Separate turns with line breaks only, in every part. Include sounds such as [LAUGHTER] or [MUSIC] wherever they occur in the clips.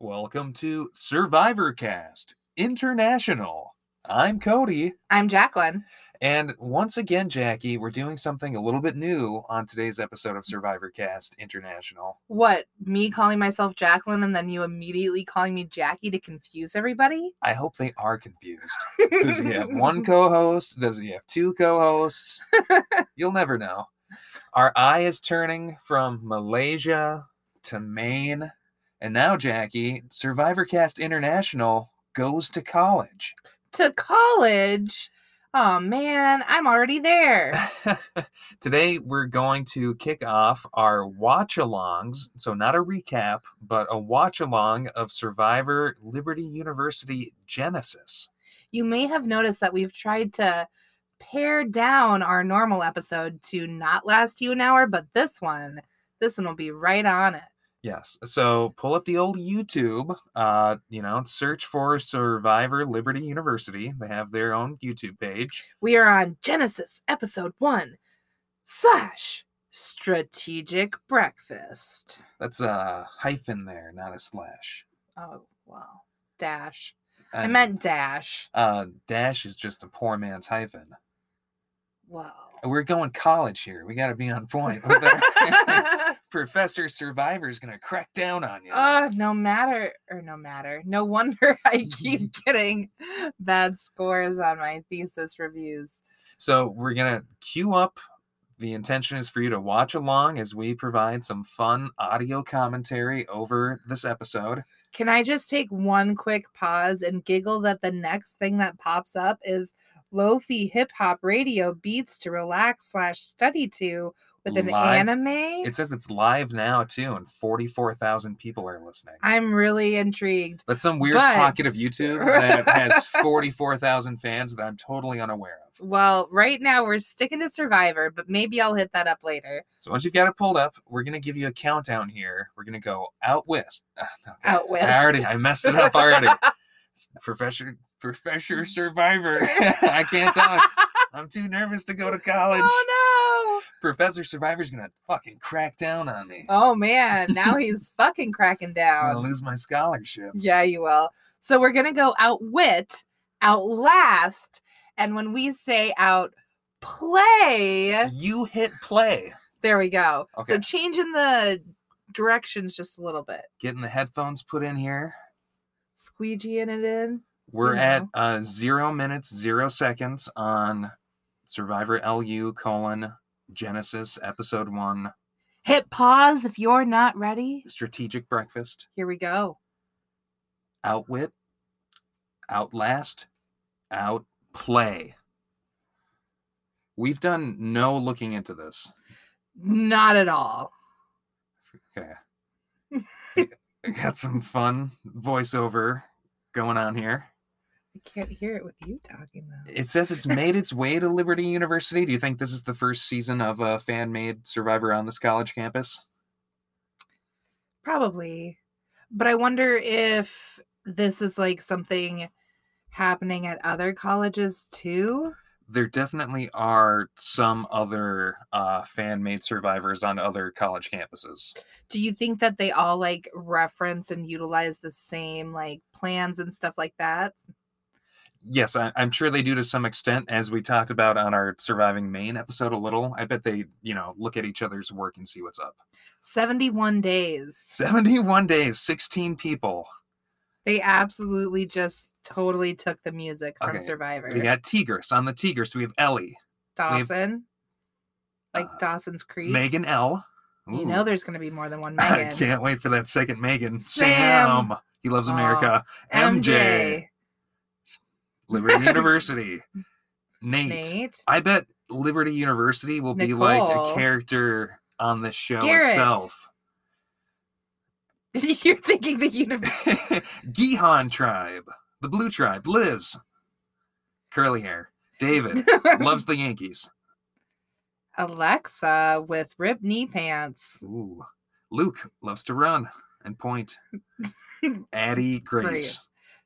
Welcome to Survivor Cast International. I'm Cody.
I'm Jacqueline.
And once again, Jackie, we're doing something a little bit new on today's episode of Survivor Cast International.
What, me calling myself Jacqueline and then you immediately calling me Jackie to confuse everybody?
I hope they are confused. Does he have
[LAUGHS]
one co host? Does he have two co hosts? You'll never know. Our eye is turning from Malaysia to Maine. And now, Jackie, Survivor Cast International goes to college.
to college? Oh man, I'm already there.
[LAUGHS] Today, we're going to kick off our watch alongs. So, not a recap, but a watch along of Survivor Liberty University Genesis.
You may have noticed that we've tried to pare down our normal episode to not last you an hour, but this one, this one will be right on it.
Yes. So pull up the old YouTube, uh, you know, search for Survivor Liberty University. They have their own YouTube page.
We are on Genesis episode one slash strategic breakfast.
That's a hyphen there, not a slash.
Oh well, dash. I
And,
meant dash.
uh, dash is just a poor man's hyphen.
Well.
We're going college here. We got to be on point. with
[LAUGHS]
our- [LAUGHS]
oh,
Professor Survivor's gonna crack down on you.
no matter or no matter. No wonder [LAUGHS] I
[LAUGHS]
keep getting bad scores on my thesis reviews.
so we're gonna queue up. The intention is for you to watch along as we provide some fun audio commentary over this episode.
Can I just take one quick pause and giggle that the next thing that pops up is Lofi hip hop radio beats to relax slash study to with an
Live-
anime?
It says it's live now too, and forty-four thousand people are listening.
I'm really intrigued.
That's some weird
but-
pocket of YouTube that has forty-four thousand fans that I'm totally unaware of.
Well, right now we're sticking to Survivor, but maybe I'll hit that up later.
So once you've got it pulled up, we're gonna give you a countdown here. We're gonna go out west. [LAUGHS] Ah, no, God,
Out west.
I already I messed it up already. S- Professor Professor Survivor. I can't talk. I'm too nervous to go to college.
Oh
Professor Survivor's gonna fucking crack down on me.
no! Oh man,
[LAUGHS]
now he's fucking cracking
I'm gonna
down.
lose my scholarship.
Yeah, you will. So we're gonna go outwit, outlast, and when we say outplay,
You hit play.
there we go. So
Okay.
changing the directions just a little bit,
Getting the headphones put in here.
squeegeeing it in.
We're
You
at
know.
uh, zero minutes, zero seconds on Survivor LU colon Genesis episode one
Hit pause if you're not ready.
strategic breakfast,
Here we go.
outwit, outlast, outplay. We've done no looking into this.
Not at all.
Okay. I got some fun voiceover going on here.
I can't hear it with you talking though.
It says it's made its way to Liberty University. Do you think this is the first season of a fan made Survivor on this college campus?
Probably. But I wonder if this is like something happening at other colleges too.
there definitely are some other uh, fan-made survivors on other college campuses.
Do you think that they all like reference and utilize the same like plans and stuff like that?
Yes, I- I'm sure they do to some extent, as we talked about on our surviving Maine episode a little. I bet they, you know, look at each other's work and see what's up.
71 days.
71 days, 16 people.
They absolutely just totally took the music from
Okay,
Survivor.
We got Tigris on the Tigris. We have Ellie,
Dawson. Like
uh,
Dawson's Creek.
Megan L.
You
Ooh,
know there's going to be more than
[LAUGHS]
one
I
Megan.
can't wait for that second Megan.
Sam.
Sam. He loves
Aw,
America. MJ.
[LAUGHS]
Liberty University.
Nate.
I bet Liberty University will be like a
Nicole.
character on the show
Garrett.
itself.
[LAUGHS] You're thinking
[LAUGHS]
the universe.
Gihan tribe, the blue tribe, Liz, curly hair,
[LAUGHS]
David loves the Yankees.
Alexa with ripped knee pants. [LAUGHS]
Ooh, Luke loves to run and point. Addie Grace,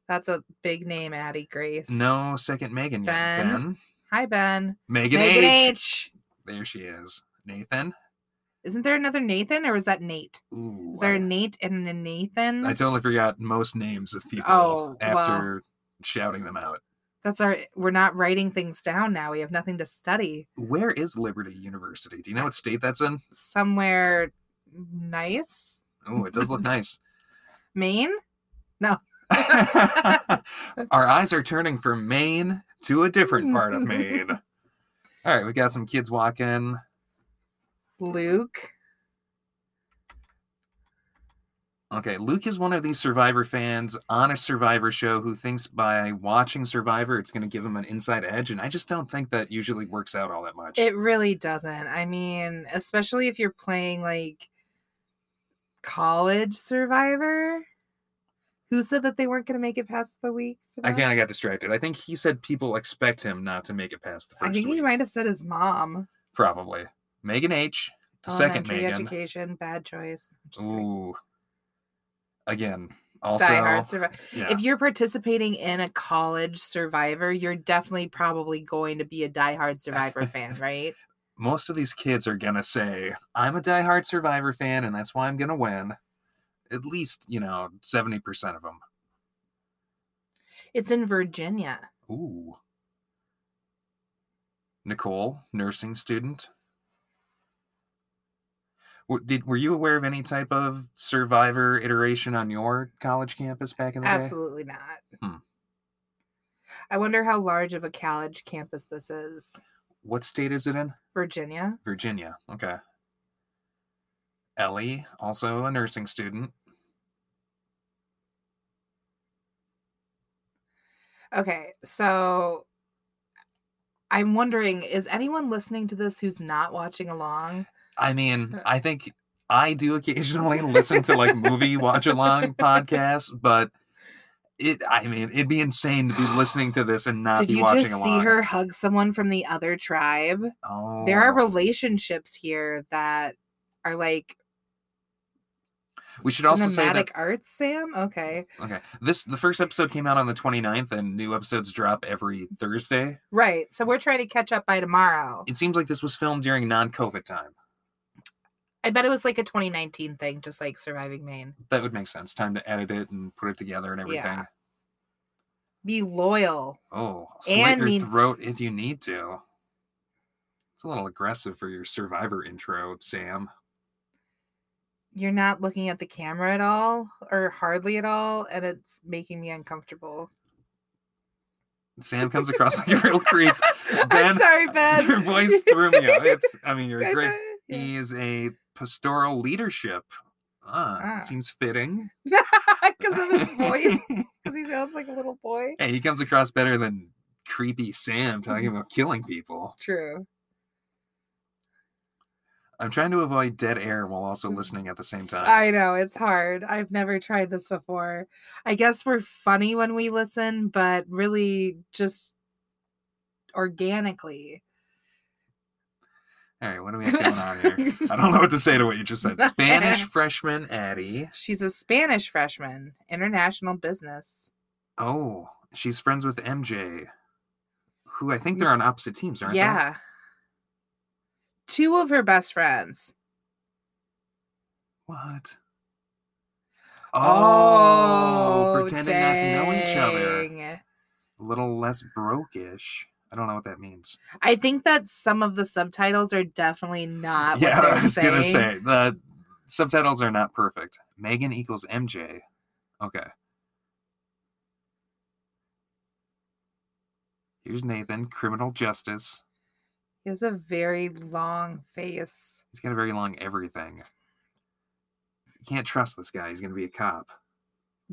That's a big name, Addie Grace.
no second Megan yet.
Ben.
Ben,
Hi, Ben.
Megan, H.
Megan H.
There she is. Nathan,
Isn't there another Nathan or is that Nate?
Ooh,
Is there a
I-
Nate and a Nathan?
I totally forgot most names of people
Oh, well.
after shouting them out.
That's our we're not writing things down now. We have nothing to study.
Where is Liberty University? Do you know what state that's in?
Somewhere nice?
Oh, it
[LAUGHS]
does look nice.
Maine?
[LAUGHS] Our eyes are turning from Maine to a different part of
[LAUGHS]
Maine. All right, we got some kids walking.
Luke?
Okay, Luke is one of these Survivor fans on a Survivor show who thinks by watching Survivor it's going to give him an inside edge, and I just don't think that usually works out all that much.
It really doesn't. I mean, especially if you're playing like college survivor. Who said that they weren't going to make it past the week? for
I
that?
kind of got distracted. I think he said people expect him not to make it past the
I
first
think he
week.
might have said his mom.
Probably. Megan H,
Oh,
the second
Elementary
Megan.
education, bad choice. I'm just kidding.
Ooh. Again, also
Die hard survivor.
yeah.
If you're participating in a college survivor, you're definitely probably going to be a diehard
[LAUGHS]
survivor fan, right?
most of these kids are gonna say, I'm a diehard Survivor fan and that's why I'm gonna win. At least, you know, 70% of them.
It's in Virginia.
Ooh. Nicole, nursing student. W- Did, were you aware of any type of survivor iteration on your college campus back in the
Absolutely not.
Hmm.
I wonder how large of a college campus this is.
day? What state is it in?
Virginia.
Virginia. Okay. Ellie, also a nursing student.
Okay, so I'm wondering is anyone listening to this who's not watching along?
I mean,
Uh.
I think I do occasionally listen to like movie watch along podcasts, but it I mean, it'd be insane to be listening to this and not
Did
be
you
watching
just
along.
see her hug someone from the other tribe?
Oh.
There are relationships here that are like
we should also say that
cinematic arts, Sam. Okay.
okay. This the first episode came out on the 29th and new episodes drop every Thursday.
Right. So we're trying to catch up by tomorrow.
It seems like this was filmed during non-COVID time.
I bet it was like a 2019 thing, just like surviving Maine.
That would make sense. Time to edit it and put it together and everything.
Yeah. Be loyal.
Oh, slit
And
your
means-
throat if you need to. It's a little aggressive for your survivor intro, Sam.
You're not looking at the camera at all or hardly at all, and it's making
[LAUGHS]
me uncomfortable.
Sam comes across like a real
[LAUGHS]
creep.
I'm
Ben, [LAUGHS]
sorry, Ben. [LAUGHS]
Your voice threw me off. It's, I mean, you're
I
a great.
know, yeah.
He is a pastoral leadership. Ah,
Ah.
seems fitting.
[LAUGHS] because of his voice
[LAUGHS]
because he sounds like a little boy
hey, he comes across better than creepy Sam talking about killing people.
true
I'm trying to avoid dead air while also
Mhm.
listening at the same time.
i know it's hard i've never tried this before i guess we're funny when we listen but really just organically
All right, what do we have going on here?
[LAUGHS]
Uh I don't know what to say to what you just said. Spanish freshman Addie.
she's a spanish freshman international business
Oh, she's friends with MJ, who I think they're on opposite teams, aren't they?
yeah two of her best friends
What? Oh, pretending not to know each other.
dang.
A little less brokish. I don't know what that means. [LAUGHS]
i think that some of the subtitles are definitely
[LAUGHS]
not
yeah,
what they're
I was
saying.
gonna say the subtitles are not perfect. Megan equals MJ. Okay. Here's Nathan, criminal justice.
He has a very long face.
He's got a very long everything. You can't trust this guy. He's going to be a cop.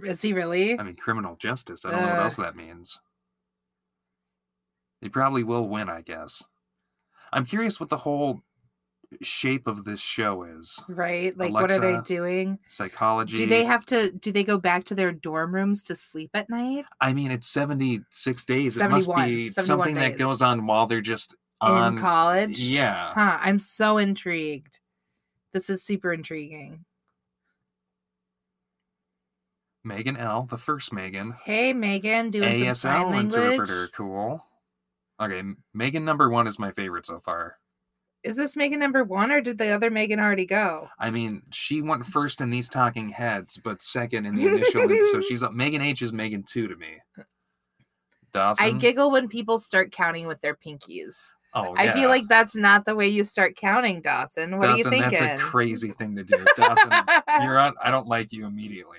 Is he really?
I mean, criminal justice. I don't know what
Uh.
else that means. He probably will win, I guess. I'm curious what the whole shape of this show is.
right? Like, what are they
Alexa,
doing?
Psychology.
Do they have to? Do they go back to their dorm rooms to sleep at night?
I mean, it's 76 days. It must
71
be
71
something that
days.
goes on while they're just
in
on.
college?
Yeah.
Huh. I'm so intrigued. This is super intriguing.
Megan L., the first Megan.
Hey, Megan, doing some sign
ASL
language.
interpreter. Cool. Okay, M- Megan number one is my favorite so far.
Is this Megan number one, or did the other Megan already go?
I mean, she went first in these talking heads, but second in the initial.
[LAUGHS]
so she's up. Megan H is Megan two to me. Dawson.
I giggle when people start counting with their pinkies.
Oh,
I
yeah.
feel like that's not the way you start counting, Dawson. What
Dawson.
are you thinking?
That's a crazy thing to do,
[LAUGHS]
Dawson. you're on. I don't like you immediately.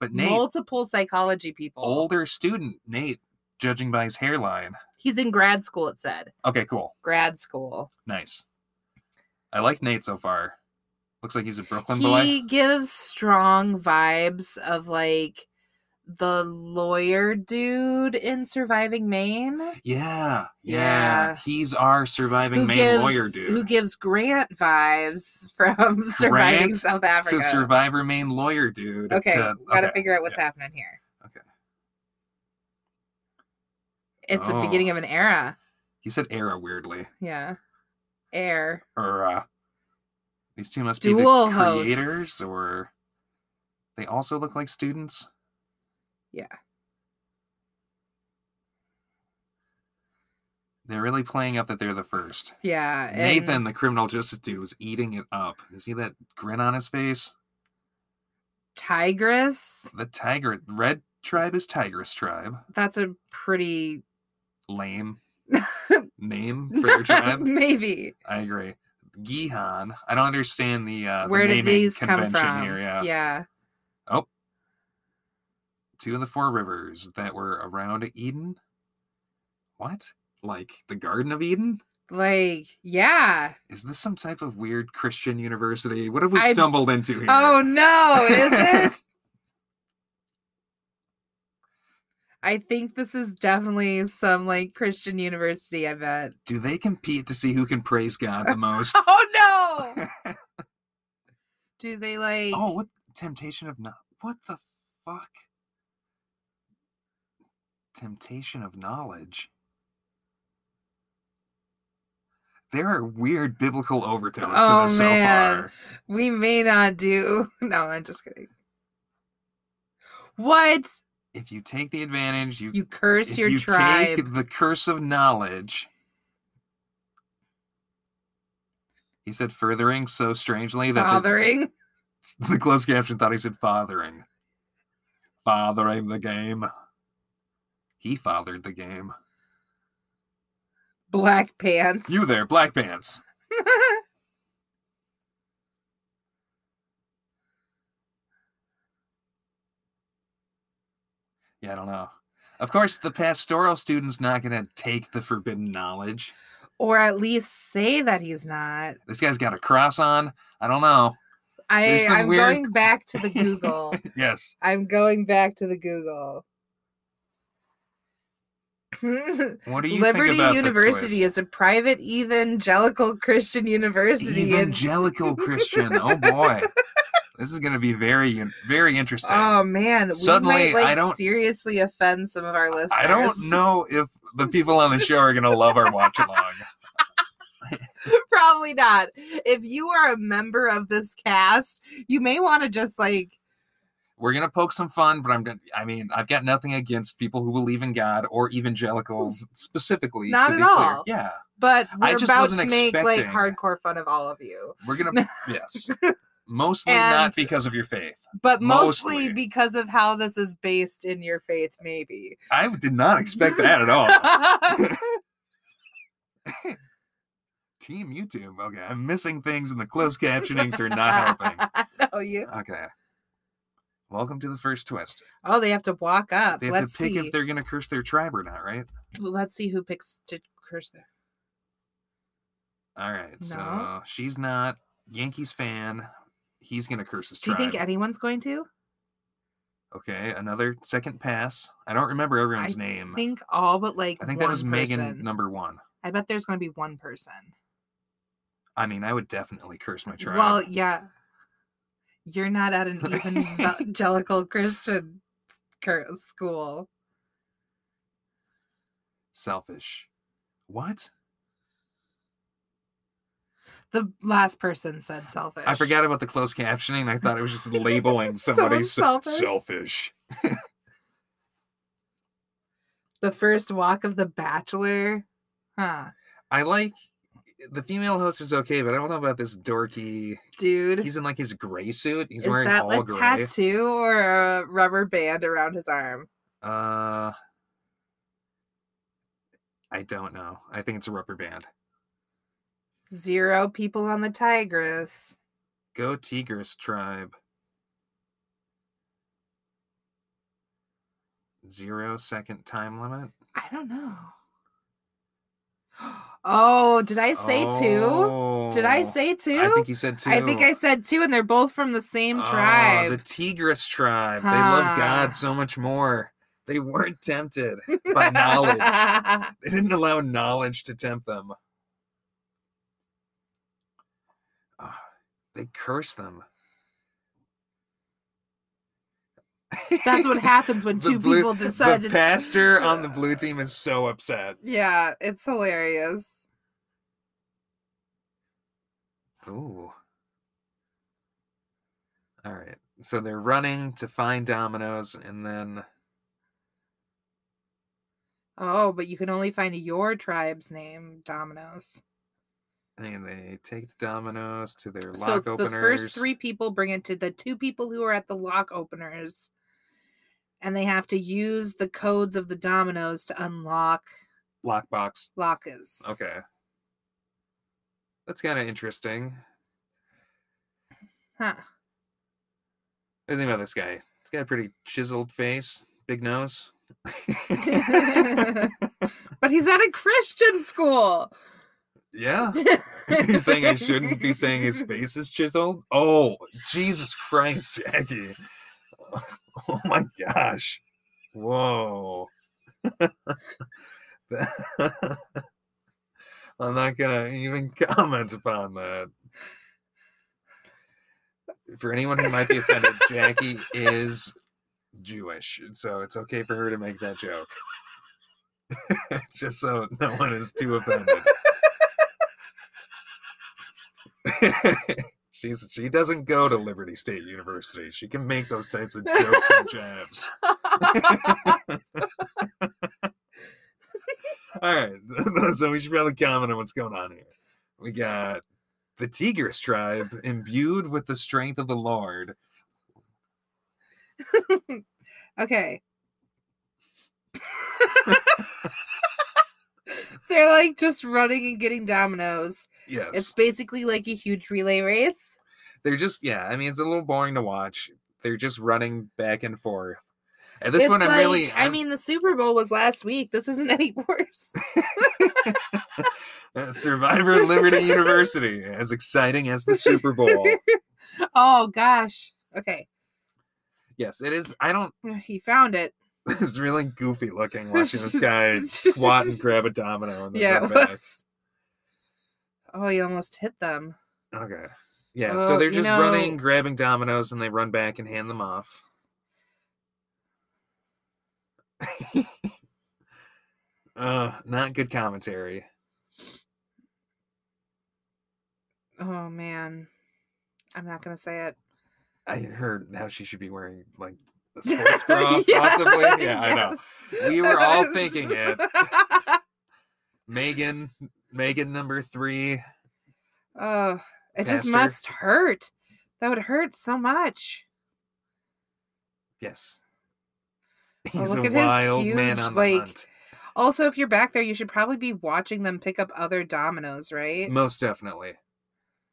But Nate,
Multiple psychology people.
older student, Nate, judging by his hairline.
He's in grad school, it said.
Okay, cool,
Grad school.
nice. I like Nate so far. Looks like he's a Brooklyn boy.
He gives strong vibes of like the lawyer dude in Surviving Maine
Yeah, yeah,
Yeah.
He's our surviving main
gives
lawyer dude.
who gives Grant vibes [LAUGHS] from Surviving
Grant
South
It's a
Africa.
survivor main lawyer dude.
okay,
to-
gotta
okay.
figure out what's happening here.
Okay.
It's
Oh.
the beginning of an era.
He said era weirdly.
Yeah. Air.
Or uh these two must
Dual
be the creators
hosts.
or they also look like students.
Yeah.
They're really playing up that they're the first.
Yeah. Uh, and-
Nathan, the criminal justice dude, was eating it up. You see that grin on his face?
Tigress.
The tiger red tribe is tigress tribe.
That's a pretty [LAUGHS]
Lame name for their tribe.
maybe.
I agree. Gihan. I don't understand the uh the
Where did
naming
these come
convention
from?
here. Yeah.
yeah.
Two of the four rivers that were around Eden. What? Like the Garden of Eden?
Like, yeah.
Is this some type of weird Christian university? What have we
I-
stumbled into here?
Oh no, is
[LAUGHS]
it? I think this is definitely some like Christian university,
[LAUGHS]
I bet.
Do they compete to see who can praise God the most?
[LAUGHS] Oh no. Do they like
oh, what temptation of not what the fuck? Temptation of knowledge. There are weird biblical overtones
Oh,
to this
man.
so far.
we may not do [LAUGHS] No, I'm just kidding. What?
If you take the advantage, you,
You curse
if
your
you
tribe.
take the curse of knowledge. He said furthering so strangely that the-
fathering.
the closed caption thought he said fathering. Fathering the game. He fathered the game.
Black pants.
You there, Black Pants. Yeah, I don't know. Of course, the pastoral student's not going to take the forbidden knowledge.
[LAUGHS] or at least say that he's not.
This guy's got a cross on. I don't know.
I,
There's some
I'm
weird-
going back to the Google.
Yes.
I'm going back to the Google.
What do you
Liberty
think about
University
the twist?
is a private evangelical Christian university. in
evangelical Christian.
[LAUGHS]
Oh boy, this is going to be very, in- very interesting.
oh man, we
Suddenly,
might, like,
I don't-
seriously offend some of our listeners.
I don't know if the people on the show are going to love our watch along.
[LAUGHS] Probably not. If you are a member of this cast, you may want to just like
we're gonna poke some fun, but I'm gonna. I mean, I've got nothing against people who believe in God or evangelicals specifically.
Not
to
at
be clear.
all.
Yeah,
but we're
I just
about to
wasn't
make like
expecting-
hardcore fun of all of you.
we're gonna.
[LAUGHS]
yes, mostly
And-
not because of your faith.
But mostly,
Mostly.
because of how this is based in your faith, maybe.
I did not expect that at
[LAUGHS]
all. Oh. [LAUGHS] Team YouTube. Okay, I'm missing things, and the closed captionings are not helping.
[LAUGHS] no, you
Okay. Welcome to the first twist.
Oh, they have to walk up.
They have
Let's
to pick
see.
if they're going to curse their tribe or not, right?
Well, Let's see who picks to curse them.
All right.
No.
So she's not Yankees fan. He's going to curse his
Do you
tribe.
think anyone's going to?
Okay, another second pass. I don't remember everyone's
I
name.
think all but like
I think
one
that was
person.
Megan number one.
I bet there's going to be one person.
I mean, I would definitely curse my tribe.
Well, yeah. You're not at an
[LAUGHS]
evangelical Christian s- cur- school.
selfish. What?
The last person said selfish.
I forgot about the closed captioning. I thought it was just labeling
[LAUGHS]
somebody
Someone's
so-
selfish.
selfish.
The first walk of the bachelor. Huh.
I like the female host is okay, but I don't know about this dorky.
Dude,
He's in like his gray suit. He's
is
wearing
that
all
a
gray.
tattoo or a rubber band around his arm?
Uh, I don't know. I think it's a rubber band.
Zero people on the Tigris.
Go Tigris tribe. Zero second time limit.
I don't know. [GASPS] Oh, did I say two? Did I
Oh,
say two?
I think you said two.
I think I said two, and they're both from the same
Ah,
tribe.
The Tigris tribe. They love
Huh.
God so much more. They weren't tempted by knowledge. they didn't allow knowledge to tempt them. Ah, they curse them.
That's what happens
[LAUGHS]
when
The
two
blue-
people decide
The
to. [LAUGHS]
pastor on the blue team is so upset.
[LAUGHS] Yeah, it's hilarious.
Ooh. All right. So they're running to find Domino's, and then
Oh, but you can only find your tribe's name, Domino's.
and they take the Domino's to their
So
lock
the
openers.
first three people bring it to the two people who are at the lock openers, and they have to use the codes of the Domino's to unlock
lockbox.
lockers.
Okay. That's kind of interesting.
Huh.
What do you think about this guy? He's got a pretty chiseled face, big nose. [LAUGHS]
but he's at a
[LAUGHS]
Christian school.
yeah. You're saying I shouldn't be saying
[LAUGHS]
his face is chiseled? Oh, Jesus Christ, Jackie. [LAUGHS] Oh my gosh. Whoa. [LAUGHS] I'm not going to even [LAUGHS] comment upon that. For anyone who might be offended, Jackie is Jewish, so it's okay for her to make that joke. [LAUGHS] Just so no one is too offended. [LAUGHS] She's she doesn't go to Liberty State University. She can make those types of jokes
[LAUGHS]
and jabs. All right, [LAUGHS] so we should probably comment on what's going on here. We got the Tigris tribe imbued with the strength of the Lord.
okay. [LAUGHS] They're like just running and getting dominoes.
Yes,
It's basically like a huge relay race.
they're just yeah. I mean, it's a little boring to watch. They're just running back and forth. At this
It's
one, I'm
like-
really.
I
I'm- [LAUGHS]
mean, the Super Bowl was last week. This isn't [LAUGHS] any worse.
Uh, Survivor Liberty University, as exciting as the Super Bowl.
[LAUGHS] oh gosh. Okay. [SIGHS]
Yes, it is. I don't. [LAUGHS]
He found it.
It's really goofy looking watching this guy squat
[LAUGHS]
and grab a domino and then
yeah,
run
it
back.
was. Oh, he almost hit them.
Okay. Yeah,
Well,
so they're
you
just running,
know-
grabbing dominoes, and they run back and hand them off. [LAUGHS] uh, not good commentary.
Oh man. I'm not gonna say it.
I heard how she should be wearing like a
[LAUGHS]
sports bra, possibly. Yeah, I know.
yes.
We were all thinking it. Megan, Megan number three.
[LAUGHS] oh, it just
Pastor.
must hurt. That would hurt so much.
Yes. [LAUGHS]
Oh,
He's
look
a
at his
wild man
huge,
on the
like,
hunt.
Also, if you're back there, you should probably be watching them pick up other dominoes, right?
Most definitely.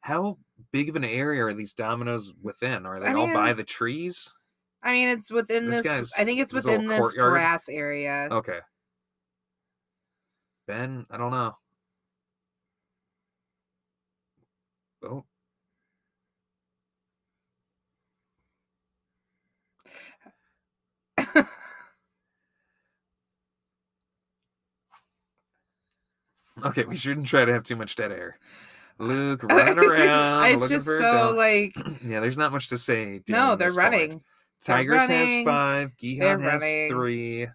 How big of an area are these dominoes within? Are they
I
all by
mean-
the trees?
I mean, it's within
This
this.
guy's-
I think it's
this little
within this
courtyard. Oh,
grass area.
Okay. Ben, I don't know. Oh, okay. We shouldn't try to have too much dead air.
[LAUGHS]
Luke, run around.
it's
looking
just
for a
so
dom-
like
[CLEARS THROAT] yeah, there's not much to say.
no,
during
they're
this part.
running. They're
Tigers has
running,
five.
they're
Gihan has
running.
three.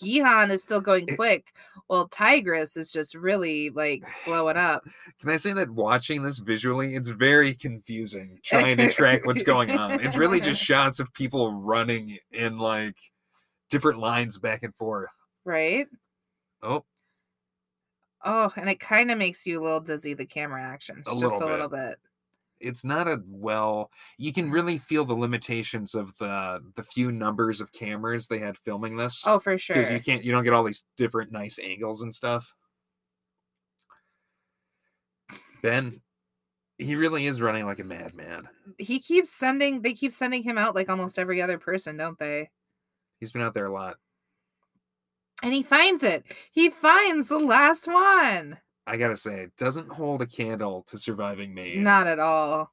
Gihan is still going
It-
quick, while Tigress is just really like slowing up.
Can I say that watching this visually, it's very confusing trying to track what's going on.
[LAUGHS]
It's really just shots of people running in like different lines back and forth.
Right?
Oh,
Oh, and it kind of makes you a little dizzy, the camera action.
A
just
little
a little bit.
It's not a well. You can really feel the limitations of the the few numbers of cameras they had filming this.
Oh, for sure.
because you can't you don't get all these different nice angles and stuff. Ben, he really is running like a madman.
he keeps sending they keep sending him out like almost every other person don't they
He's been out there a lot.
and he finds it he finds the last one
I gotta say, it doesn't hold a candle to surviving Maine.
not at all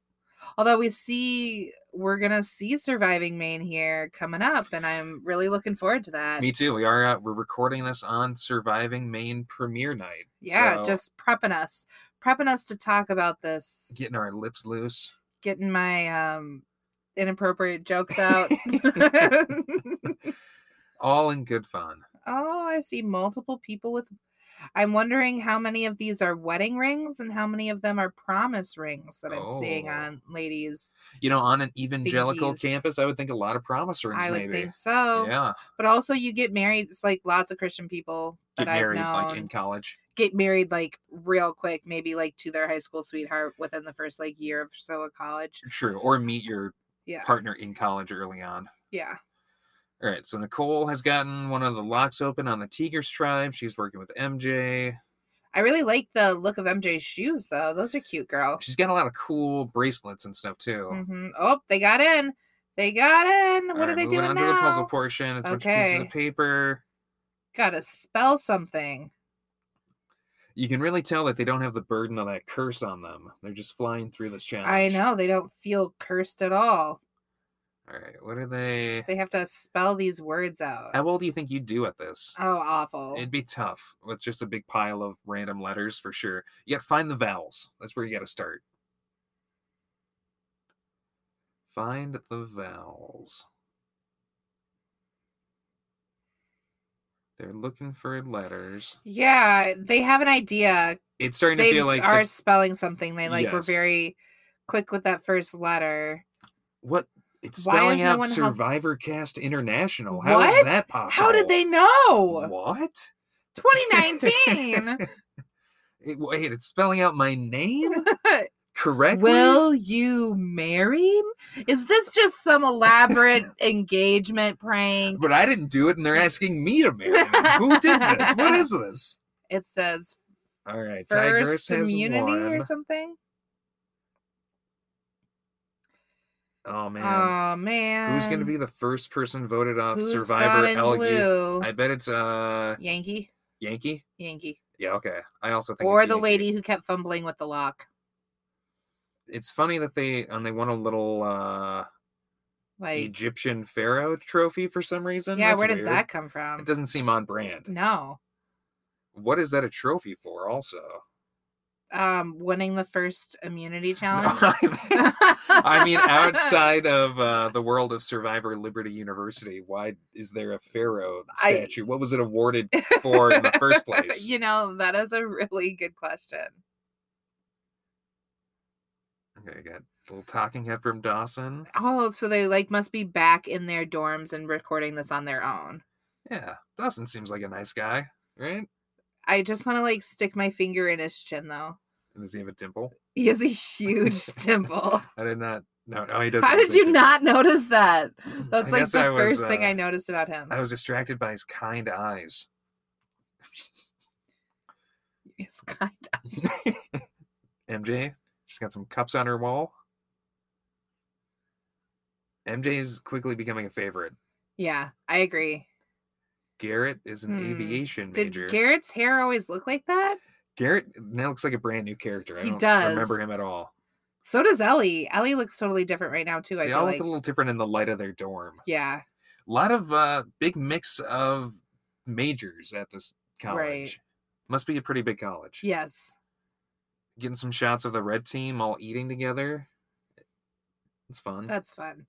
although we see we're gonna see surviving maine here coming up and i'm really looking forward to that
Me too. We are uh, we're recording this on Surviving Maine premiere night.
yeah
so
just prepping us prepping us to talk about this
getting our lips loose.
getting my um inappropriate jokes
[LAUGHS]
out [LAUGHS]
All in good fun.
Oh, I see multiple people with. I'm wondering how many of these are wedding rings and how many of them are promise rings that I'm seeing
Oh.
on ladies.
You know, on an evangelical
Thingies.
campus, I would think a lot of promise rings
I would
maybe.
think so.
Yeah.
But also, you get married. It's like lots of Christian people that
Get married
I've known
like in college.
get married like real quick, maybe like to their high school sweetheart within the first like year or so of college.
True. Or meet your
Yeah.
partner in college early on.
Yeah.
All right. So Nicole has gotten one of the locks open on the Tigers tribe. She's working with MJ.
I really like the look of MJ's shoes though. Those are cute, girl.
She's got a lot of cool bracelets and stuff too.
hmm Oh, they got in. They got in. What
All
are
right,
they
moving
doing
on
now?
to the puzzle portion. It's a bunch of pieces
Okay.
of paper.
Gotta spell something.
You can really tell that they don't have the burden of that curse on them. They're just flying through this challenge.
I know they don't feel cursed at all.
All right. What are they?
They have to spell these words out.
How well do you think you do at this?
Oh, awful.
It'd be tough with just a big pile of random letters for sure. You got to find the vowels. That's where you got to start. Find the vowels. They're looking for letters.
yeah, they have an idea.
It's starting to
They
feel like the-
are spelling something. They like were
Yes.
very quick with that first letter.
what it's
Why
spelling
is no
out
one help-
Survivor Cast International. How is
What?
that possible?
How did they know?
What? [LAUGHS]
2019.
It- wait, it's spelling out my
[LAUGHS]
name correctly.
Will you marry? me? Is this just
[LAUGHS]
some elaborate engagement prank?
but I didn't do it,
[LAUGHS]
and they're asking me to marry them. Who did this? What is this?
It says
All right, Tigress
first
has
immunity
won.
or something.
Oh man,
Oh man.
who's gonna be the first person voted off
Who's
Survivor
gone in
LU?
blue?
I bet it's uh
Yankee,
Yankee.
Yankee,
Yeah, okay. I also think
or
it's
the
Yankee.
lady who kept fumbling with the lock,
It's funny that they and they won a little uh
like.
Egyptian pharaoh trophy for some reason.
Yeah,
That's
where did
weird.
that come from?
It doesn't seem on brand.
No,
What is that a trophy for?
[LAUGHS]
Also,
um, winning the first
[LAUGHS]
immunity challenge.
I mean- I mean,
[LAUGHS]
outside of uh, the world of Survivor Liberty University, why is there a pharaoh
I-
statue? What was it awarded for in the
[LAUGHS]
first place?
you know that is a really good question.
Okay, I got a little talking head from Dawson.
Oh, so they like must be back in their dorms and recording this on their own.
Yeah, Dawson seems like a nice guy, right?
I just want to like stick my finger in his chin though.
And does he have a dimple?
He has
[LAUGHS]
a huge dimple.
I did not. No, no, he doesn't.
How
have a
did
big
you
dimple.
not notice that? That's
I
like
guess
the
I was,
first thing
uh,
I noticed about him. [LAUGHS]
I was distracted by his kind eyes.
It's kind of
MJ, she's got some cups on her wall. MJ is quickly becoming a favorite.
yeah, I agree.
Garrett is an
Hmm.
aviation
Did
major.
Garrett's hair always look like that?
Garrett now looks like a brand new character. I
He
don't remember
does.
him at all.
So does Ellie. Ellie looks totally different right now too. I
they
feel
all look
like
a little different in the light of their dorm.
yeah,
A lot of uh big mix of majors at this
Right.
college. Must be a pretty big college.
yes.
Getting some shots of the red team all eating together. It's fun.
That's fun.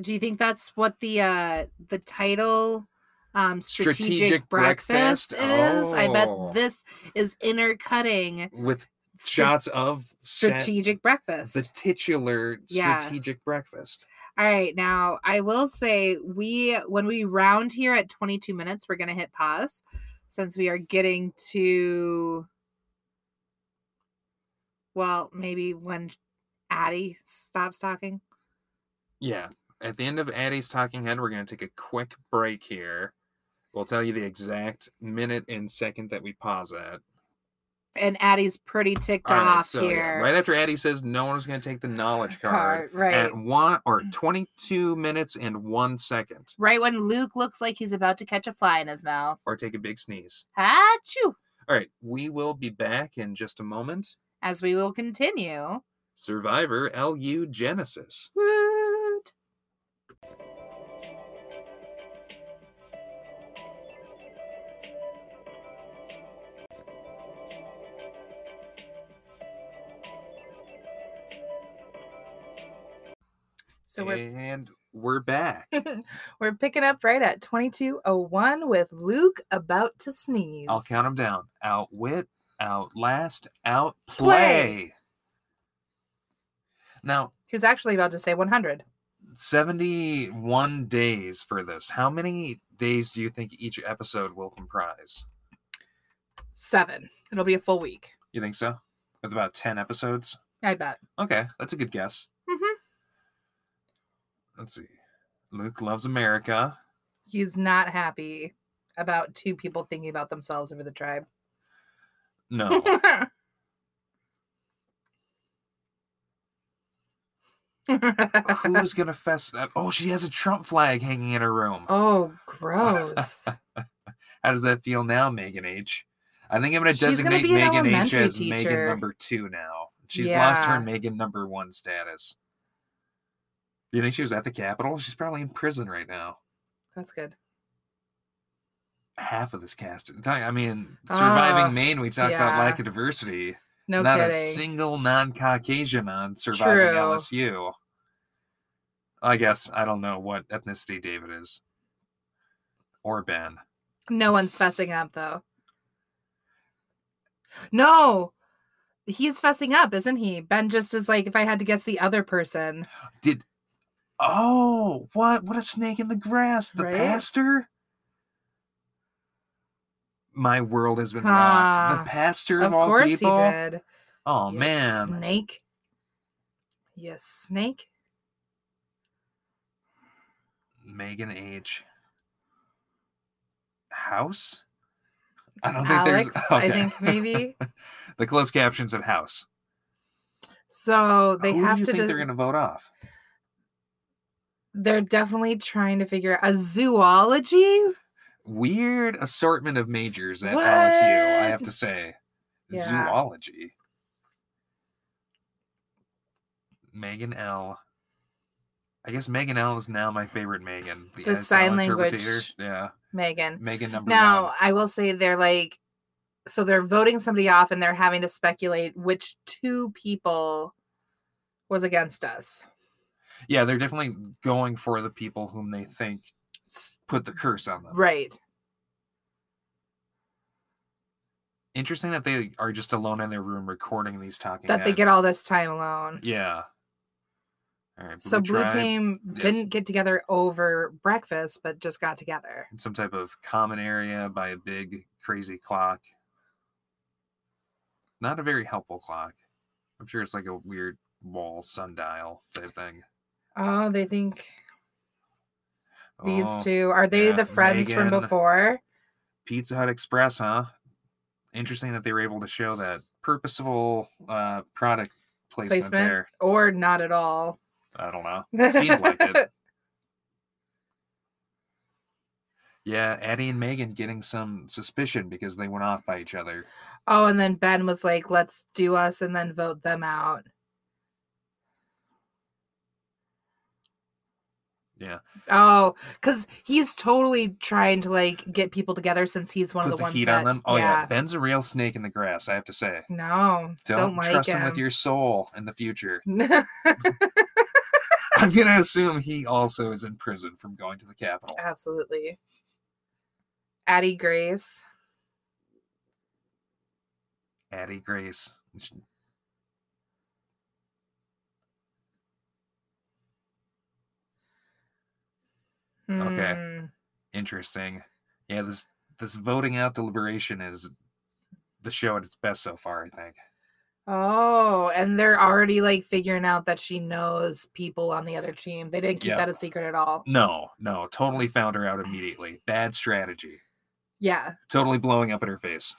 Do you think that's what the uh the title um strategic,
Strategic
breakfast,
breakfast?
is? I
Oh.
bet this is intercutting
With
stra-
shots of set-
strategic breakfast.
the titular
Yeah.
strategic breakfast.
All right, now I will say we when we round here at 22 minutes, we're gonna hit pause. since we are getting to well, maybe when Addie stops talking.
Yeah. At the end of Addie's talking head, we're going to take a quick break here. We'll tell you the exact minute and second that we pause at.
And Addie's pretty ticked
All right,
off
so, yeah,
here.
right after Addie says no one is going to take the knowledge card.
Card, right. Mm.
At one or 22 minutes and one second,
Right when Luke looks like he's about to catch a fly in his mouth.
or take a big sneeze.
Achoo!
All right, we will be back in just a moment.
As we will continue.
Survivor LU Genesis.
Woot! So we're
and we're back.
[LAUGHS] we're picking up right at 2201 with Luke about to sneeze.
I'll count them down. Outwit, outlast, outplay.
Play.
Now,
He was actually about to say 100.
71 days for this. How many days do you think each episode will comprise?
Seven. It'll be a full week.
You think so? With about 10 episodes?
I bet.
Okay, that's a good guess.
Mhm.
Let's see. Luke loves America.
He's not happy about two people thinking about themselves over the tribe. [LAUGHS]
No. Who's going to fess up? Oh, she has a Trump flag hanging in her room.
[LAUGHS] oh, gross.
How does that feel now, Megan H? I think I'm going to
She's gonna
designate
be an
Megan H
elementary
as Megan
teacher.
number two now. She's lost her
Yeah.
Megan number one status. Do you think she was at the Capitol? She's probably in prison right now.
That's good.
Half of this cast. I mean, surviving
Ah,
Maine, we talked about lack
yeah.
of diversity.
No
Not a
kidding.
single non Caucasian on surviving
True.
LSU. I guess I don't know what ethnicity David is or Ben.
no one's fessing up though. No. He's fessing up, isn't he? Ben just is like, if I had to guess the other person.
Did oh what what a snake in the grass the
Right?
pastor? My world has been rocked.
Ah,
The pastor of,
Of
all
course
people.
he did.
Oh
You
man,
Snake. Yes, snake.
Megan H. House. I don't
Alex,
think there's.
I think maybe.
[LAUGHS] the closed caption said house.
So they
Who
have
do you
to.
think
de-
they're going to vote off?
they're definitely trying to figure out a zoology.
Weird assortment of majors at LSU. I have
What?
to say,
Yeah.
zoology. Megan L. I guess Megan L is now my favorite Megan.
The
uh, sound
sign language.
interpreter. Yeah,
Megan.
Megan number
Now,
one.
I will say they're like, so they're voting somebody off and they're having to speculate which two people was against us.
Yeah, they're definitely going for the people whom they think s- put the curse on them.
Right.
Interesting that they are just alone in their room recording these talking.
That they get
heads.
all this time alone.
Yeah. All right.
So Blue
Tribe.
Team
yes.
didn't get together over breakfast, but just got together.
in some type of common area by a big crazy clock. Not a very helpful clock. I'm sure it's like a weird wall sundial type thing.
Oh, they think these
Oh,
two are they
yeah,
the friends
Megan.
from before?
Pizza Hut Express, huh? Interesting that they were able to show that purposeful uh, product placement,
Placement?
there.
or not at all.
I don't know. Seemed like
[LAUGHS]
it. Yeah, Addie and Megan getting some suspicion because they went off by each other.
Oh, and then Ben was like, let's do us and then vote them out.
Yeah.
Oh, because he's totally trying to like get people together since he's one
Put
of the,
the
ones
heat
that,
on them. Oh yeah. Ben's a real snake in the grass, I have to say.
No,
Don't,
don't, like
trust
him.
him. with your soul in the future. [LAUGHS]
your...
I'm gonna assume he also is in prison from going to the Capitol.
[LAUGHS] Uh, Absolutely. Addie Grace.
Addie Grace. Sh- Okay.
Hmm. Hmm.
Interesting. Yeah, this this voting out deliberation is the show at its best so far, I think.
Oh, and they're already like figuring out that she knows people on the other team. They didn't keep
Yeah.
that a secret at all.
No, no, totally found her out immediately. Bad strategy.
Yeah.
Totally blowing up in her face.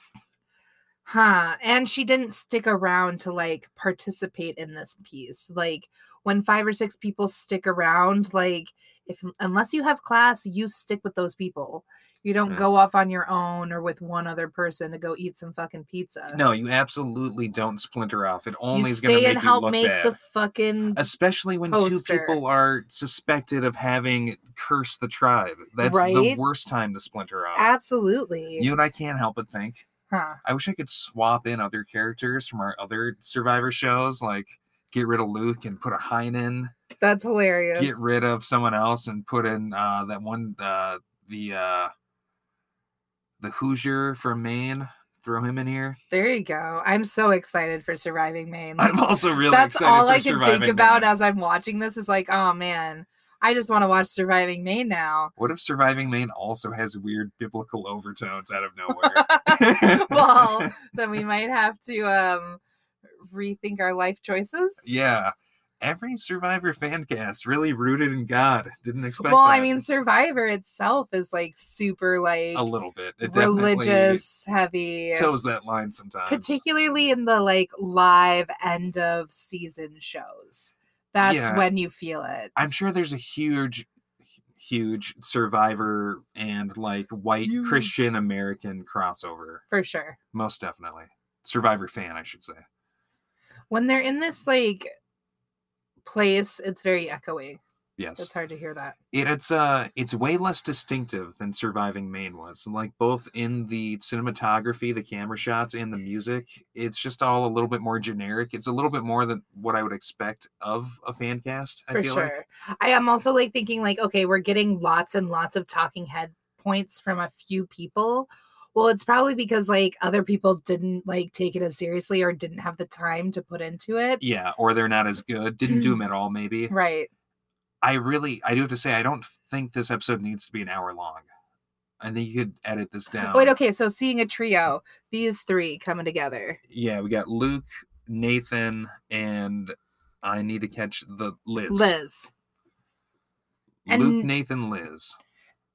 Huh. And she didn't stick around to like participate in this piece. Like when five or six people stick around, like if unless you have class, you stick with those people. You don't
Mm.
go off on your own or with one other person to go eat some fucking pizza.
No, you absolutely don't splinter off. It
you
only is going to
stay
make
and
you
help
look
make
bad.
the fucking
Especially when
poster.
two people are suspected of having cursed the tribe. That's the
Right?
worst time to splinter off.
absolutely.
You and I can't help but think.
huh.
I wish I could swap in other characters from our other Survivor shows, like get rid of Luke and put a Hein in,
That's hilarious.
get rid of someone else and put in uh, that one, uh, the uh, the Hoosier from Maine. Throw him in here. [LAUGHS]
There you go. I'm so excited for
[CLEARS THROAT]
surviving Maine. Like,
I'm also really
that's
excited
all
for
I can
surviving.
think about
Maine.
as I'm watching this is like, oh man, I just want to watch Surviving
[LAUGHS]
Maine now.
What if Surviving Maine also has weird biblical overtones out of
[LAUGHS]
nowhere?
well, then we might have to um rethink our life choices.
yeah. Every Survivor fan cast really rooted in God. Didn't expect
Well,
that.
I mean, Survivor itself is like super like
a little bit. It definitely
religious heavy,
toes that line sometimes.
particularly in the like live end of season shows. That's
Yeah.
when you feel it.
I'm sure there's a huge, huge survivor and like white
Huge.
Christian American crossover.
For sure.
Most definitely. Survivor fan, I should say.
when they're in this like place it's very echoey it's
Yes.
hard to hear that
It, it's uh it's way less distinctive than surviving Maine was. Like both in the cinematography, the camera shots, and the music, it's just all a little bit more generic. It's a little bit more than what I would expect of a fan cast, I
for
feel like.
sure i am also like thinking like okay we're getting lots and lots of talking head points from a few people well it's probably because like other people didn't like take it as seriously or didn't have the time to put into it
Yeah, or they're not as good. Didn't do them at all, maybe.
right
I really, I do have to say, I don't think this episode needs to be an hour long. I think you could edit this down.
Oh, wait okay so seeing a trio these three coming together
Yeah, we got Luke, Nathan, and I need to catch the Liz.
liz
Luke,
and-
Nathan, Liz.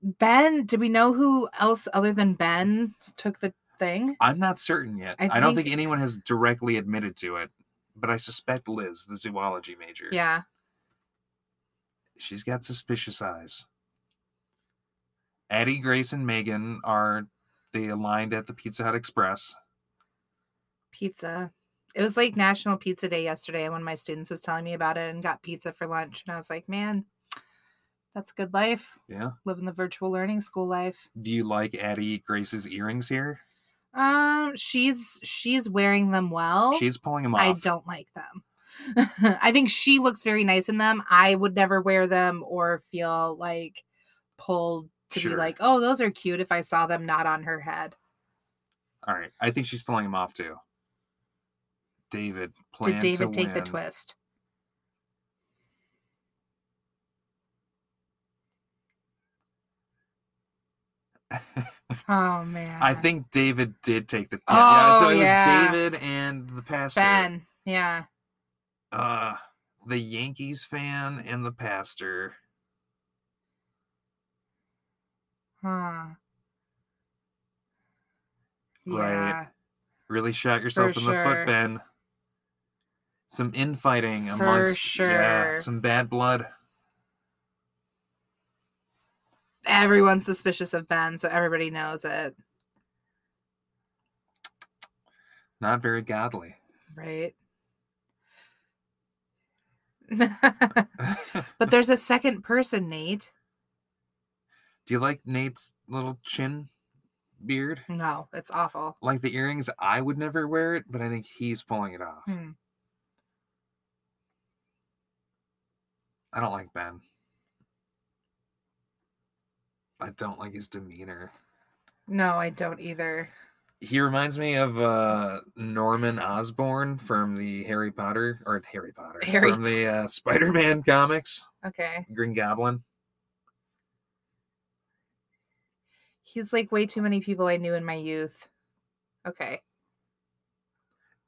ben do we know who else other than ben took the thing
I'm not certain yet. I,
I
don't think
think-
anyone has directly admitted to it, but I suspect Liz, the zoology major.
yeah
She's got suspicious eyes. Addie, Grace, and Megan are they aligned at the Pizza Hut Express.
pizza. It was like National Pizza Day yesterday, and one of my students was telling me about it and got pizza for lunch. And I was like, man, that's a good life.
Yeah.
Living the virtual learning school life.
Do you like Addie Grace's earrings here?
Um, she's she's wearing them well.
She's pulling them off.
Oh, I don't like them. [LAUGHS] I think she looks very nice in them. I would never wear them or feel like pulled to
Sure.
be like, oh, those are cute if I saw them not on her head.
All right, I think she's pulling him off too. David plan
Did David
to
take the
win. [LAUGHS]
twist? Oh man.
I think David did take the.
Oh,
so it
yeah.
was David and the pastor.
Ben. Yeah.
Uh, the Yankees fan and the pastor.
Huh.
Right.
Yeah.
Really shot yourself in the
sure.
foot, Ben. Some infighting
For
amongst yeah,
sure.
some bad blood.
Everyone's suspicious of Ben, so everybody knows it.
Not very godly. [LAUGHS]
Right. [LAUGHS] but there's a second person, Nate.
Do you like Nate's little chin beard?
No, it's awful.
Like the earrings, I would never wear it, but I think he's pulling it off.
Hmm.
I don't like Ben. I don't like his demeanor.
No, I don't either.
He reminds me of uh, Norman Osborn from the Harry Potter or Harry Potter
Harry
from the uh, Spider-Man comics,
Okay.
Green Goblin.
He's like way too many people I knew in my youth. Okay.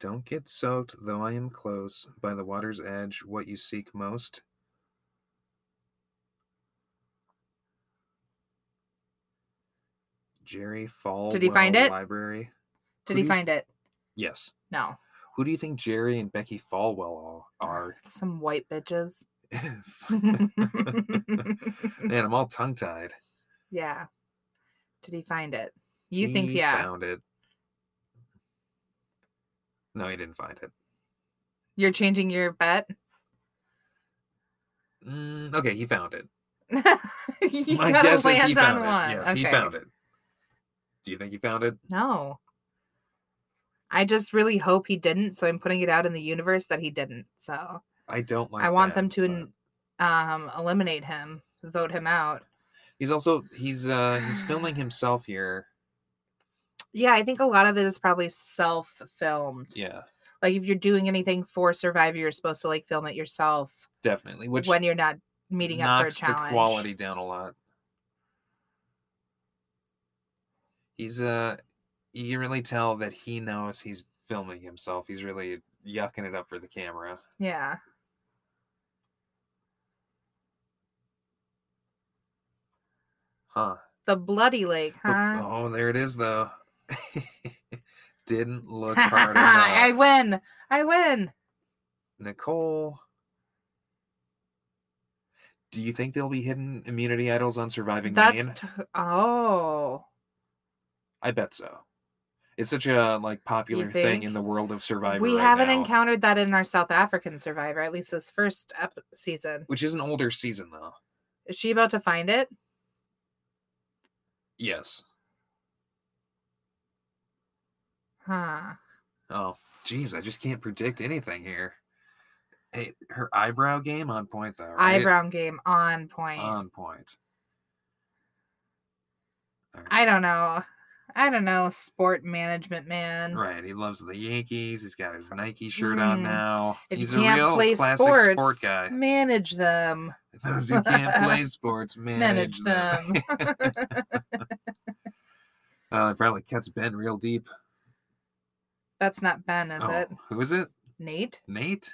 Don't get soaked, though I am close by the water's edge. What you seek most. Jerry Falwell
he find it?
Library. Who do
Did he
you-
find it?
Yes.
No.
Who do you think Jerry and Becky Falwell are? [LAUGHS]
Some white [LAUGHS] bitches.
Man, I'm all tongue tied.
yeah. Did he find it? [LAUGHS] You think, yeah.
Found it. No, he didn't find it.
You're changing your bet? [LAUGHS]
Mm, okay, he found
[LAUGHS]
it.
you
My
gotta
guess is he
land
found
on
it.
one.
Yes,
okay.
he found it. Do you think he found it?
No. I just really hope he didn't, so I'm putting it out in the universe that he didn't. So
I don't like.
I want
that,
them to
but-
en- um, eliminate him, vote him out.
He's also he's uh he's
[SIGHS]
filming himself here.
Yeah, I think a lot of it is probably self filmed.
Yeah,
Like if you're doing anything for Survivor, you're supposed to like film it yourself
definitely. Which
when you're not meeting up for a
knocks
challenge.
the quality down a lot. He's uh you can really tell that he knows he's filming himself. He's really yucking it up for the camera.
Yeah.
Huh.
The bloody lake,
Oop,
huh?
Oh, there it is though. [LAUGHS] Didn't look hard enough.
[LAUGHS] I win. I win.
Nicole. Do you think there'll be hidden immunity idols on Surviving
That's
Maine?
t- oh.
I bet so. It's such a like popular thing in
think?
the world of Survivor.
we
right
haven't
now,
encountered that in our South African Survivor, at least this first up season.
which is an older season though.
Is she about to find it?
Yes.
Huh.
Oh, geez, I just can't predict anything here. Hey, her eyebrow game on point though. Right?
Eyebrow game on point.
on point. All right.
I don't know. I don't know, sport management man.
Right, he loves the Yankees. He's got his Nike shirt on
Mm.
now.
If
He's
you can't
a real
play
classic
sports,
sport guy.
manage them.
Those who can't
[LAUGHS]
play sports manage,
Manage
them. [LAUGHS]
them. [LAUGHS]
Uh, it probably cuts Ben real deep.
That's not Ben, is
Oh,
it?
Who is it?
Nate
Nate?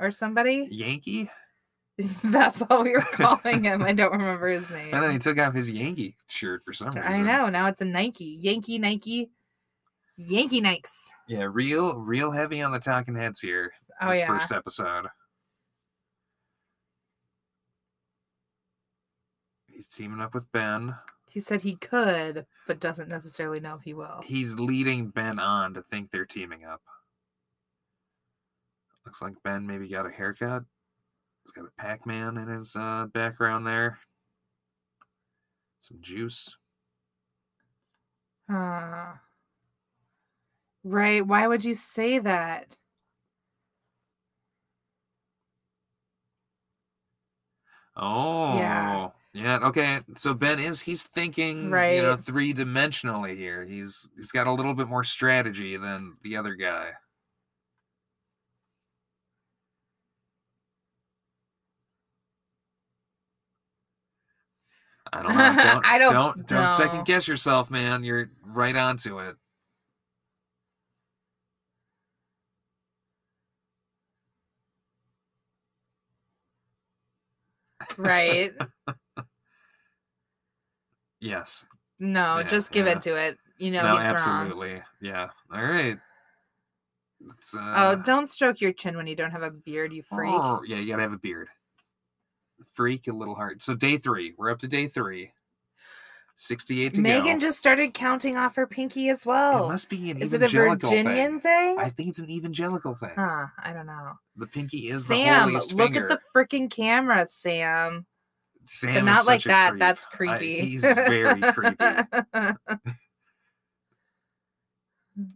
or somebody?
Yankee?
[LAUGHS] That's
[LAUGHS]
all we were calling him. I don't remember his name.
And then he took off his Yankee shirt for some
I
reason.
know. Now it's a Nike. Yankee Nike. Yankee Nikes.
Yeah, real, real heavy on the talking heads here.
Oh
this
yeah.
first episode. He's teaming up with Ben.
He said he could, but doesn't necessarily know if he will.
He's leading Ben on to think they're teaming up. Looks like Ben maybe got a haircut. He's got a Pac Man in his uh, background there. Some juice.
Huh. Right. Why would you say that?
Oh, Yeah, Okay. So Ben is he's thinking, you know,
Right.
three dimensionally here. He's he's got a little bit more strategy than the other guy. I don't
[LAUGHS]
know. Don't,
I
don't
don't
don't, second
know.
guess yourself, man. You're right onto it. [LAUGHS]
Right.
Yes.
No,
Yeah,
just give
yeah.
into it. You know he's wrong.
absolutely. Yeah. All right. It's, uh,
Oh, don't stroke your chin when you don't have a beard, you freak.
Oh, yeah, you gotta have a beard. Freak a little hard. So day three, we're up to day three. Sixty-eight to
Megan
go.
just started counting off her pinky as well.
it must be an
Is it a
evangelical
Virginian
thing.
thing?
I think it's an evangelical thing.
Huh, I don't know.
The pinky is
Sam,
the holiest
look
finger.
at the freaking camera, Sam.
Sam
but
is
not like
such a
that.
creep.
That's
I-
creepy.
he's very creepy.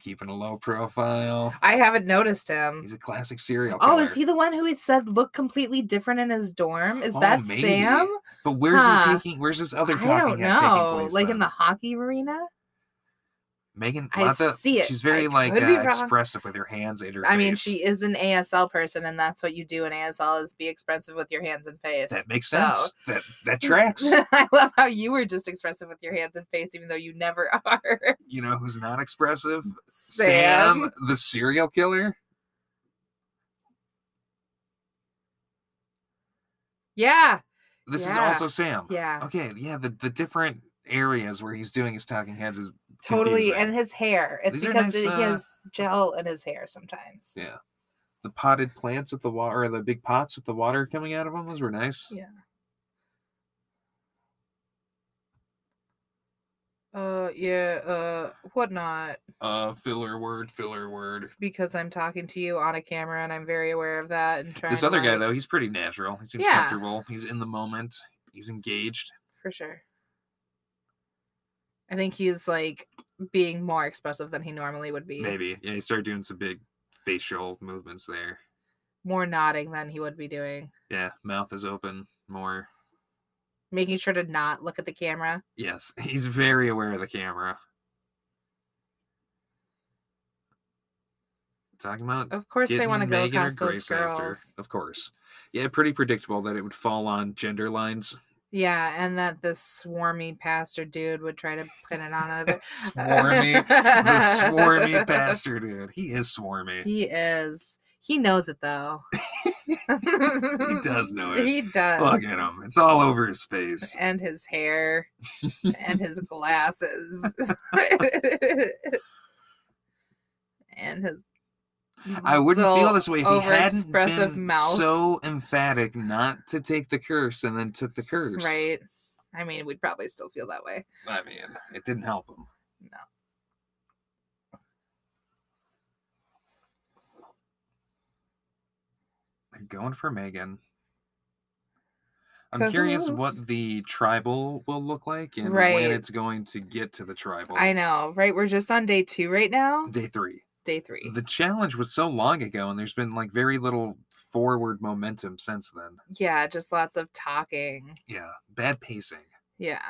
Keeping a low profile.
[LAUGHS] I haven't noticed him.
He's a classic serial killer.
Um, Oh, is he the one who it said looked completely different in his dorm? Is
Oh,
that
maybe.
Sam?
But where's
Huh.
he taking? Where's this other
I
talking
don't
head taking
know.
place?
Like
then?
in the hockey arena?
Megan
I
Lanza,
see it.
she's very
I
like
could be
uh,
wrong.
expressive with her hands and her
I mean,
face.
she is an ASL person, and that's what you do in ASL is be expressive with your hands and face.
that makes
so-
sense. That
[LAUGHS]
that tracks.
I love how you were just expressive with your hands and face, even though you never [LAUGHS] are.
you know who's not expressive?
Sam.
Sam, the serial killer.
Yeah.
This is
Yeah.
also Sam.
Yeah.
Okay, yeah, the, the different areas where he's doing his talking heads is
Totally.
confusing.
And his hair. It's
These are
because
nice,
it- he
uh,
has gel in his hair sometimes.
Yeah. the potted plants with the water, or the big pots with the water coming out of them. Those were nice.
Yeah. Uh, yeah, uh, whatnot.
Uh, filler word, filler word.
Because I'm talking to you on a camera and I'm very aware of that and trying
This other guy
like-
though, he's pretty natural. He seems
Yeah.
comfortable. He's in the moment. He's engaged.
For sure. I think he's like being more expressive than he normally would be.
Maybe. Yeah, he started doing some big facial movements there.
More nodding than he would be doing.
Yeah, mouth is open more.
Making sure to not look at the camera.
Yes, [LAUGHS] he's very aware of the camera. Talking about
Of course, they
getting
want to go
Megan or
past those
Grace
girls.
after, of course. Yeah, pretty predictable that it would fall on gender
[LAUGHS]
lines.
Yeah, and that this swarmy pastor dude would try to pin it on other.
swarmy, the
[LAUGHS]
swarmy pastor dude. He is swarmy.
He is. He knows it though. [LAUGHS]
He
he
does know it.
Mm, He does.
Look at him. It's all over his face.
And his hair and
[LAUGHS]
his glasses. [LAUGHS] and his Mm,
I wouldn't feel
little
this way if he hadn't
overexpressive
been
mouth.
so emphatic not to take the curse and then took the curse.
right. I mean, we'd probably still feel that way.
I mean, it didn't help him.
No.
They're going for Megan. I'm
For
curious
hoops.
what the tribal will look like and
Right.
when it's going to get to the tribal.
I know, right? We're just on day two right now.
Day three.
Day three.
The challenge was so long ago, and there's been like very little forward momentum since then.
Yeah, just lots of talking.
Yeah, bad pacing.
Yeah.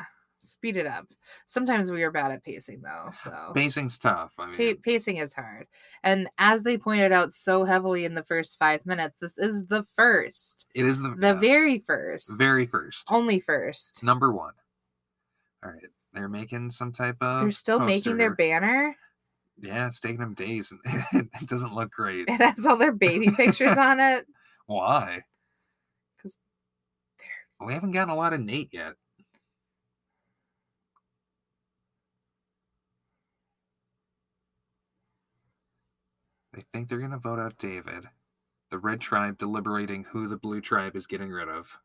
Speed it up. Sometimes we are bad at pacing though. So
Pacing's tough. I mean,
Ta pacing is hard. And as they pointed out so heavily in the first five minutes, this is the first,
it is the,
the
Oh, yeah,
very Oh. first,
very first.
only first.
Number one. All right. They're making some type of.
They're still making their
poster.
banner. [LAUGHS]
Yeah, it's taking them days. And [LAUGHS] it doesn't look great.
It has all their baby pictures
[LAUGHS]
on it.
Why?
'Cause
we haven't gotten a lot of Nate yet. They think they're going to vote out David. The red tribe deliberating who the blue tribe is getting rid of.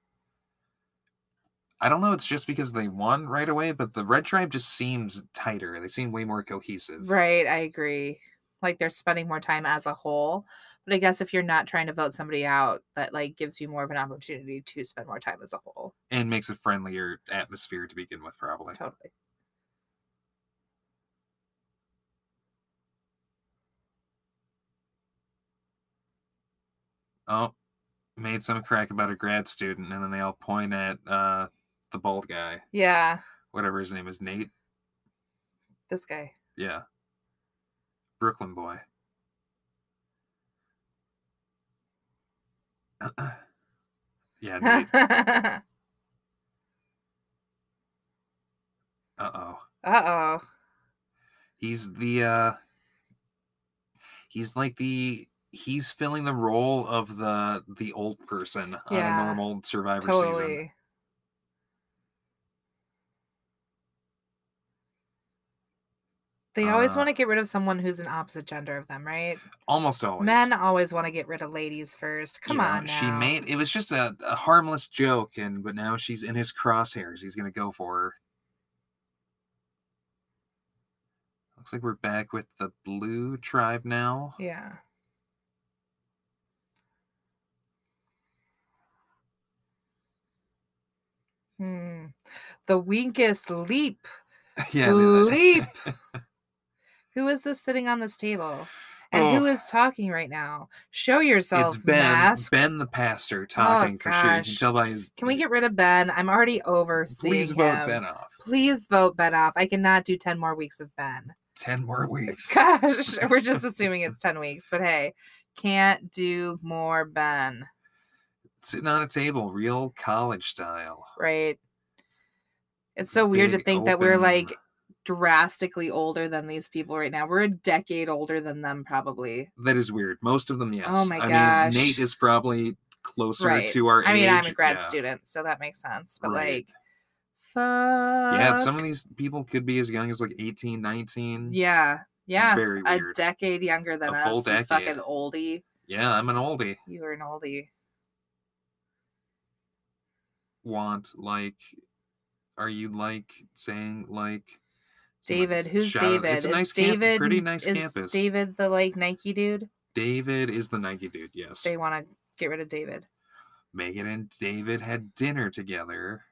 I don't know, it's just because they won right away, but the red tribe just seems tighter. They seem way more cohesive.
Right, I agree. Like they're spending more time as a whole. But I guess if you're not trying to vote somebody out, that like gives you more of an opportunity to spend more time as a whole.
And makes a friendlier atmosphere to begin with, probably.
Totally.
oh made some crack about a grad student and then they all point at uh the bald guy
Yeah,
whatever his name is nate
this guy.
yeah brooklyn boy [CLEARS THROAT] yeah
[LAUGHS]
nate
uh
uh-oh
oh.
he's the uh he's like the he's filling the role of the the old person on
Yeah,
a normal survivor season
Totally. They always
Uh,
want to get rid of someone who's an opposite gender of them, right?
almost always
Men always want to get rid of ladies first.
you
Come
know,
on, now.
she made it was just a, a harmless joke and but now she's in his crosshairs he's gonna go for her looks like we're back with the blue tribe now [LAUGHS]
Yeah. Hmm. The weakest leap.
yeah look at that.
leap. who is this sitting on this table? And who
Oh.
is talking right now? Show yourself,
it's ben
mask. Oh,
ben the pastor talking for sure you can
gosh.
tell by his
Can we get rid of Ben? I'm already over seeing
please vote
him.
ben off
Please vote Ben [LAUGHS] off. I cannot do 10 more weeks of Ben.
10 more weeks.
Gosh, we're just assuming it's 10 weeks, but hey, can't do more, Ben,
Sitting on a table, real college style.
right? It's so weird to
Big
think that we're
open-
like drastically older than these people right now. We're a decade older than them, probably.
That is weird. Most of them, yes.
Oh my
I
gosh.
mean, Nate is probably closer
Right.
to our
I mean, I'm
age.
a grad
Yeah.
student, so that makes sense, but
Right.
like, fuck.
Yeah, some of these people could be as young as like 18, 19.
Yeah, yeah.
Very
A
weird.
decade younger than
A
us.
full
you
decade.
fucking oldie.
yeah, I'm an oldie.
You were an oldie.
Want, like, are you like saying, like, somebody
David,
s-
who's
shout out-
David?
It's a nice
is
camp-
David
pretty nice
is
campus.
David the like Nike dude?
David is the Nike dude, yes.
They want to get rid of David.
Megan and David had dinner together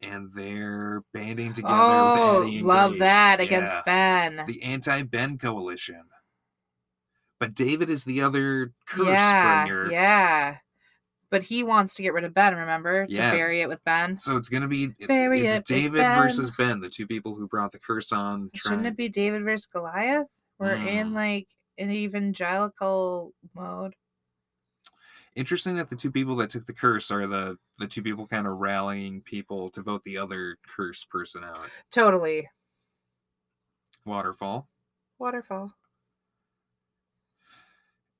and they're banding together
oh,
with Eddie and
love
Grace.
that against
Yeah.
Ben.
the anti Ben coalition. But David is the other curse
yeah,
bringer.
yeah. But he wants to get rid of Ben. Remember
Yeah.
to bury it with Ben.
So it's gonna be it-
Bury
it's
it, Big
David
Ben.
versus Ben, the two people who brought the curse on.
Shouldn't
trying-
it be David versus Goliath? We're in
Hmm.
like an evangelical mode.
Interesting that the two people that took the curse are the the two people kind of rallying people to vote the other curse person out.
Totally.
Waterfall.
Waterfall.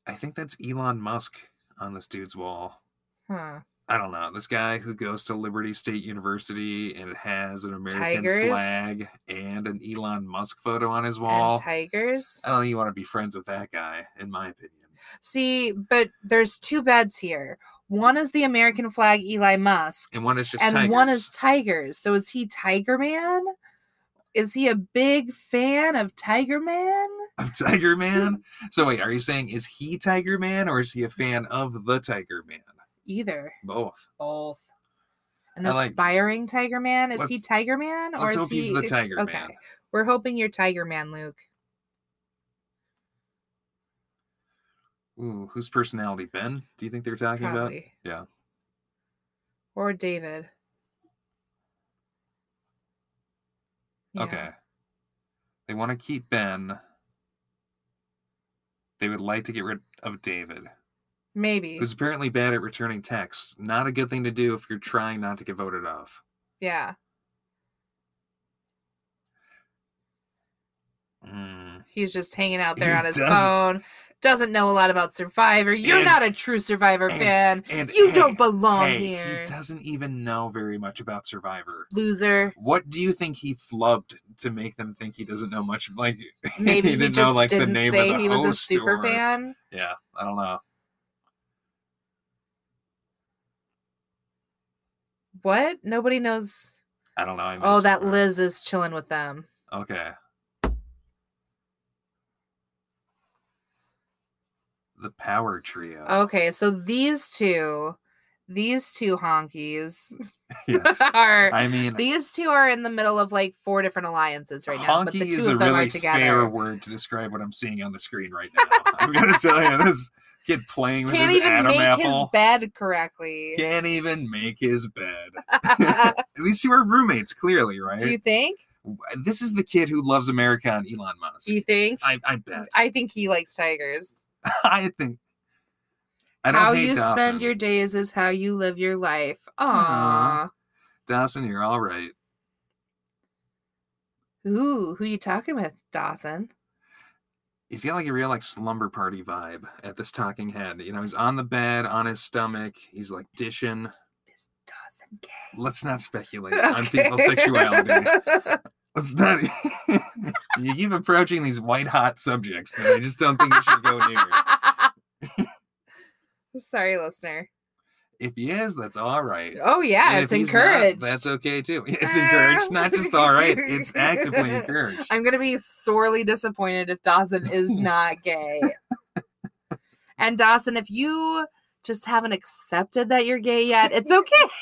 I think that's Elon Musk on this dude's wall.
Huh.
I don't know. This guy who goes to Liberty State University and has an American
Tigers.
flag and an Elon Musk photo on his
And
wall.
tigers.
I don't think you want to be friends with that guy, in my opinion.
See, but there's two beds here. One is the American flag Eli Musk,
And one is just
and one is
tigers.
Tigers. So is he Tiger Man? Is he a big fan of Tiger Man?
of Tiger Man. So wait, are you saying is he Tiger Man or is he a fan of the Tiger Man?
Either.
Both.
Both. An
I like-
aspiring Tiger Man? Is he
Let's-
Tiger Man? Or
Let's
is
hope
he
he's the Tiger
Okay.
Man.
We're hoping you're Tiger Man, Luke.
Ooh, whose personality, Ben? Do you think they're talking about?
Probably.
yeah.
Or David. Yeah.
Okay. They want to keep Ben. They would like to get rid of David,
Maybe.
who's apparently bad at returning texts. Not a good thing to do if you're trying not to get voted off.
Yeah.
Mm.
He's just hanging out there
He
on his
doesn't-
phone. Doesn't know a lot about Survivor. You're
And-
not a true Survivor
and-
fan.
And
You
hey,
don't belong
hey,
here.
He doesn't even know very much about Survivor.
Loser.
What do you think he flubbed to make them think he doesn't know much? Like [LAUGHS]
Maybe
he
he,
didn't
just
know, like, the
didn't
name of
say
the
he was a
host
super
or-
fan.
yeah, I don't know.
What? Nobody knows.
I don't know. I
Oh,
missed
that
her.
Liz is chilling with them.
Okay. The power trio.
Okay, so these two, these two honkies
[LAUGHS]
[LAUGHS]
yes.
are.
I mean,
These two are in the middle of like four different alliances right now, but
honky
the two
is a
of them
really
are together.
fair word to describe what I'm seeing on the screen right now. I'm
[LAUGHS]
gonna tell you, this kid playing with
Can't
his
even
Adam
make his
apple
bed correctly.
can't even make his bed. [LAUGHS] At least you were roommates, clearly, right?
[LAUGHS] Do you think?
W- this is the kid who loves America and Elon Musk.
Do you think?
I, I bet. [LAUGHS] I,
I think he likes tigers.
think. I don't
how
hate
you
Dawson.
spend your days is how you live your life. Aww.
Aw. Dawson, you're all right.
Ooh, who you talking with, Dawson?
He's got like a real like slumber party vibe at this talking head. You know, he's on the bed, on his stomach. He's like dishing.
Is
[LAUGHS]
Dawson gay?
Let's not
[LAUGHS]
speculate on people's sexuality. Let's not. [LAUGHS] you keep approaching these white hot subjects that I just don't think you
[LAUGHS]
should go near.
Sorry, listener.
If he is, that's all right.
Oh yeah,
And
it's
if he's not,
encouraged.
that's okay too. [LAUGHS] It's
[LAUGHS] Ah.
encouraged, not just all right. It's actively encouraged.
I'm gonna be sorely disappointed if Dawson
[LAUGHS]
is not gay. and Dawson, if you just haven't accepted that you're gay yet, it's okay.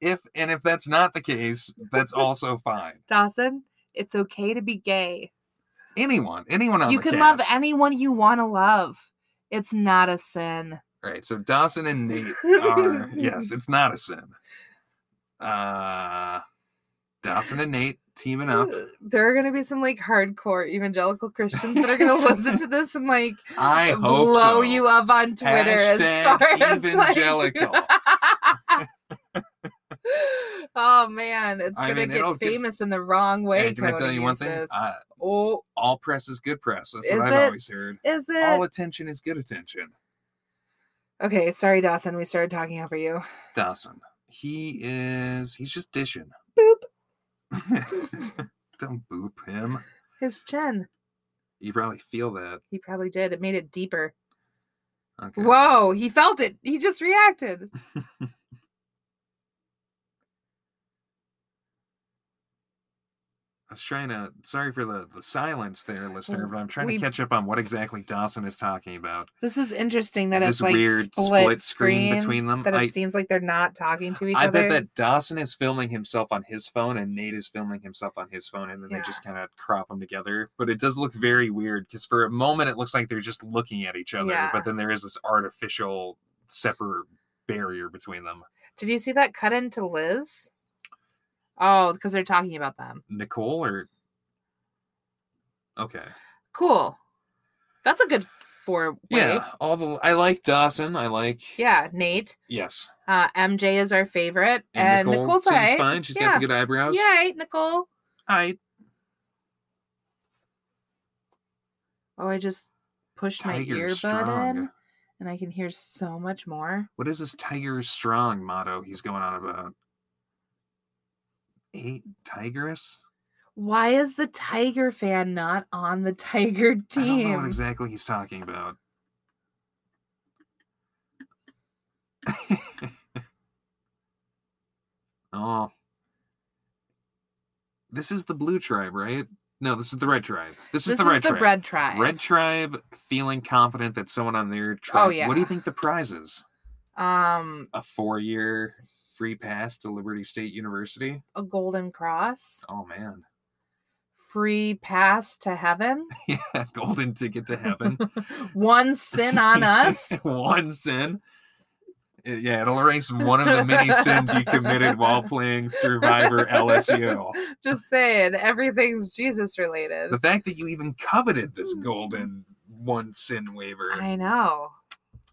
If and if that's not the case, that's also fine.
Dawson, it's okay to be gay.
Anyone, anyone on
you
the
can love
cast.
anyone you want to love. It's not a sin.
Right. So Dawson and Nate
[LAUGHS]
are yes, it's not a sin. Uh Dawson and Nate teaming up.
There are going to be some like hardcore evangelical Christians that
[LAUGHS]
are going to listen to this and like [LAUGHS]
I hope
blow
so.
you up on Twitter as
Hashtag
far as like-
evangelical.
[LAUGHS] oh man, it's
I
gonna
mean, it'll
get
get-
famous in the wrong way.
And can I tell
Cody
you one thing?
Eustace.
Uh,
oh,
all press is good press. That's
Is
what I've
it?
always heard.
is it? [LAUGHS]
All attention is good attention.
okay, sorry, Dawson. We started talking over you.
Dawson. He is. He's just dishing. Boop. [LAUGHS] Don't boop him.
His chin.
You probably feel that.
He probably did. It made it deeper.
Okay.
Whoa, he felt it. He just reacted.
I was trying to. Sorry for the, the silence there, listener,
Mm,
but I'm trying
we-
to catch up on what exactly Dawson is talking about.
This is interesting that
This
it's like
weird
split,
split screen between them.
That it
I-
seems like they're not talking to each
I bet
other.
that Dawson is filming himself on his phone and Nate is filming himself on his phone, and then
Yeah.
they just kind of crop them together. But it does look very weird because for a moment it looks like they're just looking at each other,
Yeah.
but then there is this artificial separate barrier between them.
Did you see that cut into Liz? Oh, because they're talking about them.
Nicole or okay,
Cool. That's a good four. way.
yeah. All the I like Dawson. I like
Yeah, Nate.
yes.
Uh, MJ is our favorite,
And,
and,
Nicole
Nicole's all
seems
right.
fine. She's
yeah.
got the good eyebrows.
Yeah, all right, Nicole.
I
Oh, I just pushed my
Tiger
earbud
strong.
in, and I can hear so much more.
What is this Tiger Strong motto he's going on about? Eight Tigress?
Why is the Tiger fan not on the [LAUGHS] Tiger
I don't know
team?
what exactly he's talking about. [LAUGHS] oh. This is the blue tribe, right? No, this is the red tribe. This, is
this
the red tribe.
red tribe. Oh,
Red tribe feeling confident that someone on their tribe. What do
yeah.
you think the prize is?
Um,
A four year free pass to Liberty State University?
a golden cross,
Oh man. [LAUGHS]
free pass to heaven,
Yeah, golden ticket to heaven.
[LAUGHS] one sin on us.
[LAUGHS] one sin. Uh, Yeah, it'll erase one of the many sins you committed
[LAUGHS]
while playing Survivor LSU.
Just saying, everything's Jesus related.
The fact that you even coveted this golden one sin waiver.
I know.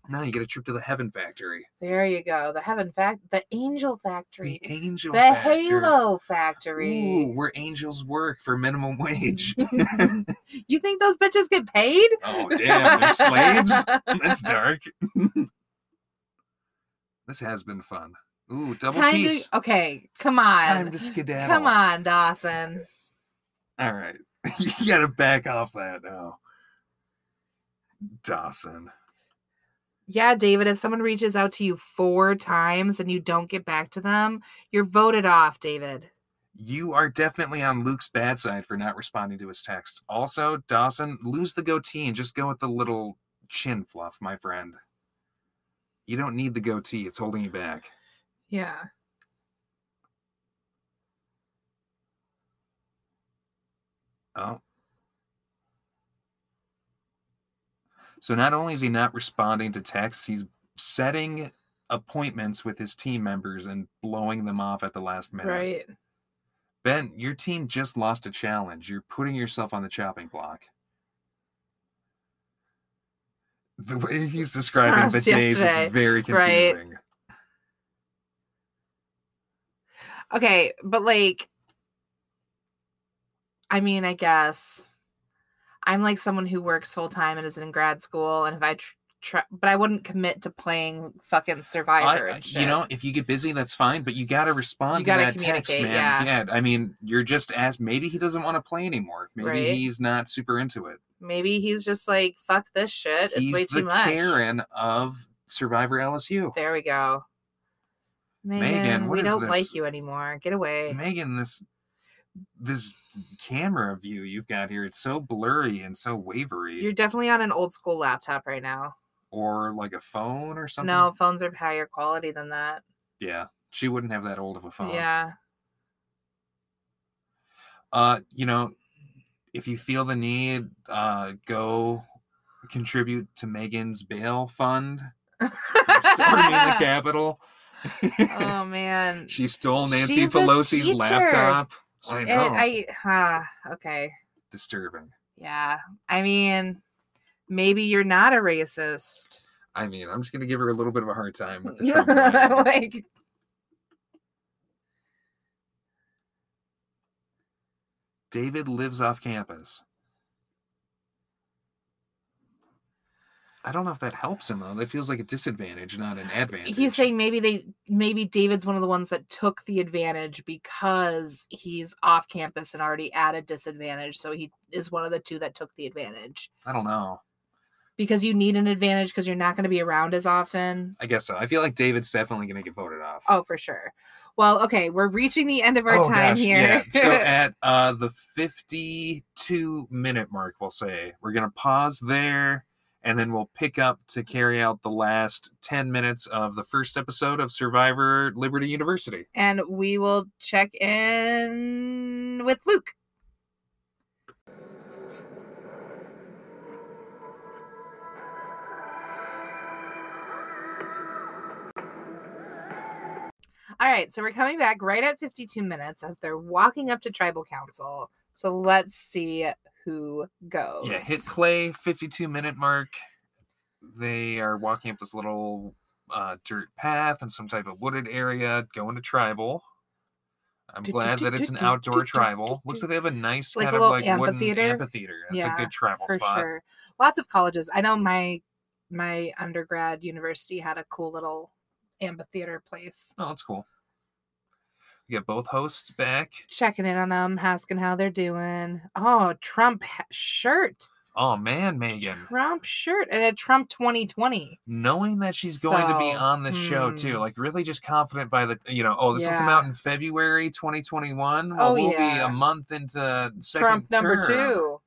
Now you get a trip to the Heaven Factory,
There you go. The heaven fact, the angel
the
factory,
Angel
the
Factory.
halo
Ooh,
factory.
where angels work for
[LAUGHS]
minimum wage.
you think those bitches get paid? [LAUGHS]
Oh damn, they're slaves. That's dark. [LAUGHS] this has been fun. Ooh, double
Time
piece.
to, okay, come on.
Time to skedaddle.
Come on, Dawson.
All right. [LAUGHS] you gotta back off that now. Dawson.
Yeah, David, if someone reaches out to you four times and you don't get back to them, you're voted off, David.
You are definitely on Luke's bad side for not responding to his text. Also, Dawson, lose the goatee and just go with the little chin fluff, my friend. You don't need the goatee, it's holding you back.
Yeah.
Oh. So not only is he not responding to texts, he's setting appointments with his team members and blowing them off at the last minute.
Right.
Ben, your team just lost a challenge. You're putting yourself on the chopping block. The way he's describing the
us
days
yesterday,
is very
right?
confusing.
Okay, but like, I mean, I guess I'm like someone who works full time and is in grad school, and if I tr- try, but I wouldn't commit to playing fucking
I-
Survivor.
I-
and
you
shit.
know, if you get busy, that's fine, but you got to respond
You
to
gotta
that text,
communicate,
man.
yeah.
I mean, you're just asked. Maybe he doesn't want to play anymore. Maybe
Right.
he's not super into it.
maybe he's just like, fuck this shit. It's
he's
way
the
too much.
Karen of Survivor LSU.
There we go. Megan,
Megan, what
we
is
don't like
this?
you anymore. Get away.
Megan, this this camera view you've got here, it's so blurry and so wavery.
You're definitely on an old school laptop right now.
or like a phone or something.
No, phones are higher quality than that.
Yeah. She wouldn't have that old of a phone.
Yeah.
Uh, you know, if you feel the need, uh, go contribute to Megan's bail fund for storming
[LAUGHS]
the Capitol.
oh
[LAUGHS]
man.
she stole Nancy
She's a
Pelosi's
teacher.
laptop. I
And
know.
I, huh, okay.
Disturbing.
Yeah. I mean, maybe you're not a racist.
I mean, I'm just gonna give her a little bit of a hard time
[LAUGHS]
with the Trump millennial.
like,
David lives off campus. I don't know if that helps him though. That feels like a disadvantage, not an advantage.
he's saying maybe they, maybe David's one of the ones that took the advantage because he's off campus and already at a disadvantage. So he is one of the two that took the advantage
I don't know.
because you need an advantage because you're not going to be around as often.
I guess so. I feel like David's definitely gonna get voted off.
Oh, for sure. Well, okay, we're reaching the end of our
Oh,
time
gosh,
here. [LAUGHS]
Yeah. So at uh, the 52 minute mark, we'll say we're going to pause there and then we'll pick up to carry out the last 10 minutes of the first episode of Survivor Liberty University.
and we will check in with Luke. All right, so we're coming back right at 52 minutes as they're walking up to tribal council. So let's see who goes.
Yeah. Hit play 52 minute mark. They are walking up this little uh, dirt path in some type of wooded area going to tribal. I'm
Do, do,
glad
do,
that it's
do,
an
do, do,
outdoor
do, do,
tribal. Looks
do.
like they have a nice
Like a
kind of
little
like wooden
amphitheater?
amphitheater. It's a
Yeah,
good tribal
for
spot.
sure. Lots of colleges. I know my my undergrad university had a cool little amphitheater place.
Oh, that's cool. We got both hosts back.
Checking in on them, asking how they're doing. Oh, Trump ha- shirt,
Oh man, Megan.
Trump shirt, and a Trump 2020.
Knowing that she's going to be
So,
on the show too,
hmm.
like really just confident by the you know, oh, this will come
Yeah.
out in February 2021. Well,
Oh,
we'll
yeah.
be a month into second
Trump number
term.
two.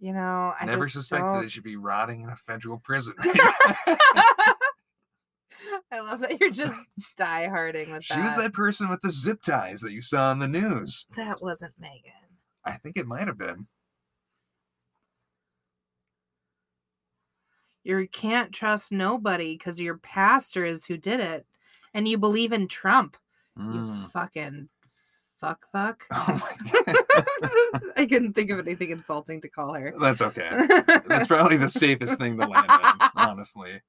You know, I
Never
just
suspected
don't-
they should be rotting in a federal prison.
[LAUGHS]
right?
I love that you're just dieharding with
she
that.
was that person with the zip ties that you saw on the news.
that wasn't Megan.
I think it might have been.
you can't trust nobody because your pastor is who did it and you believe in trump you
Mm.
fucking fuck fuck
[LAUGHS]
[LAUGHS]
Oh my [LAUGHS] god.
i couldn't think of anything insulting to call her
That's okay.
[LAUGHS]
That's probably the safest thing to land on, honestly.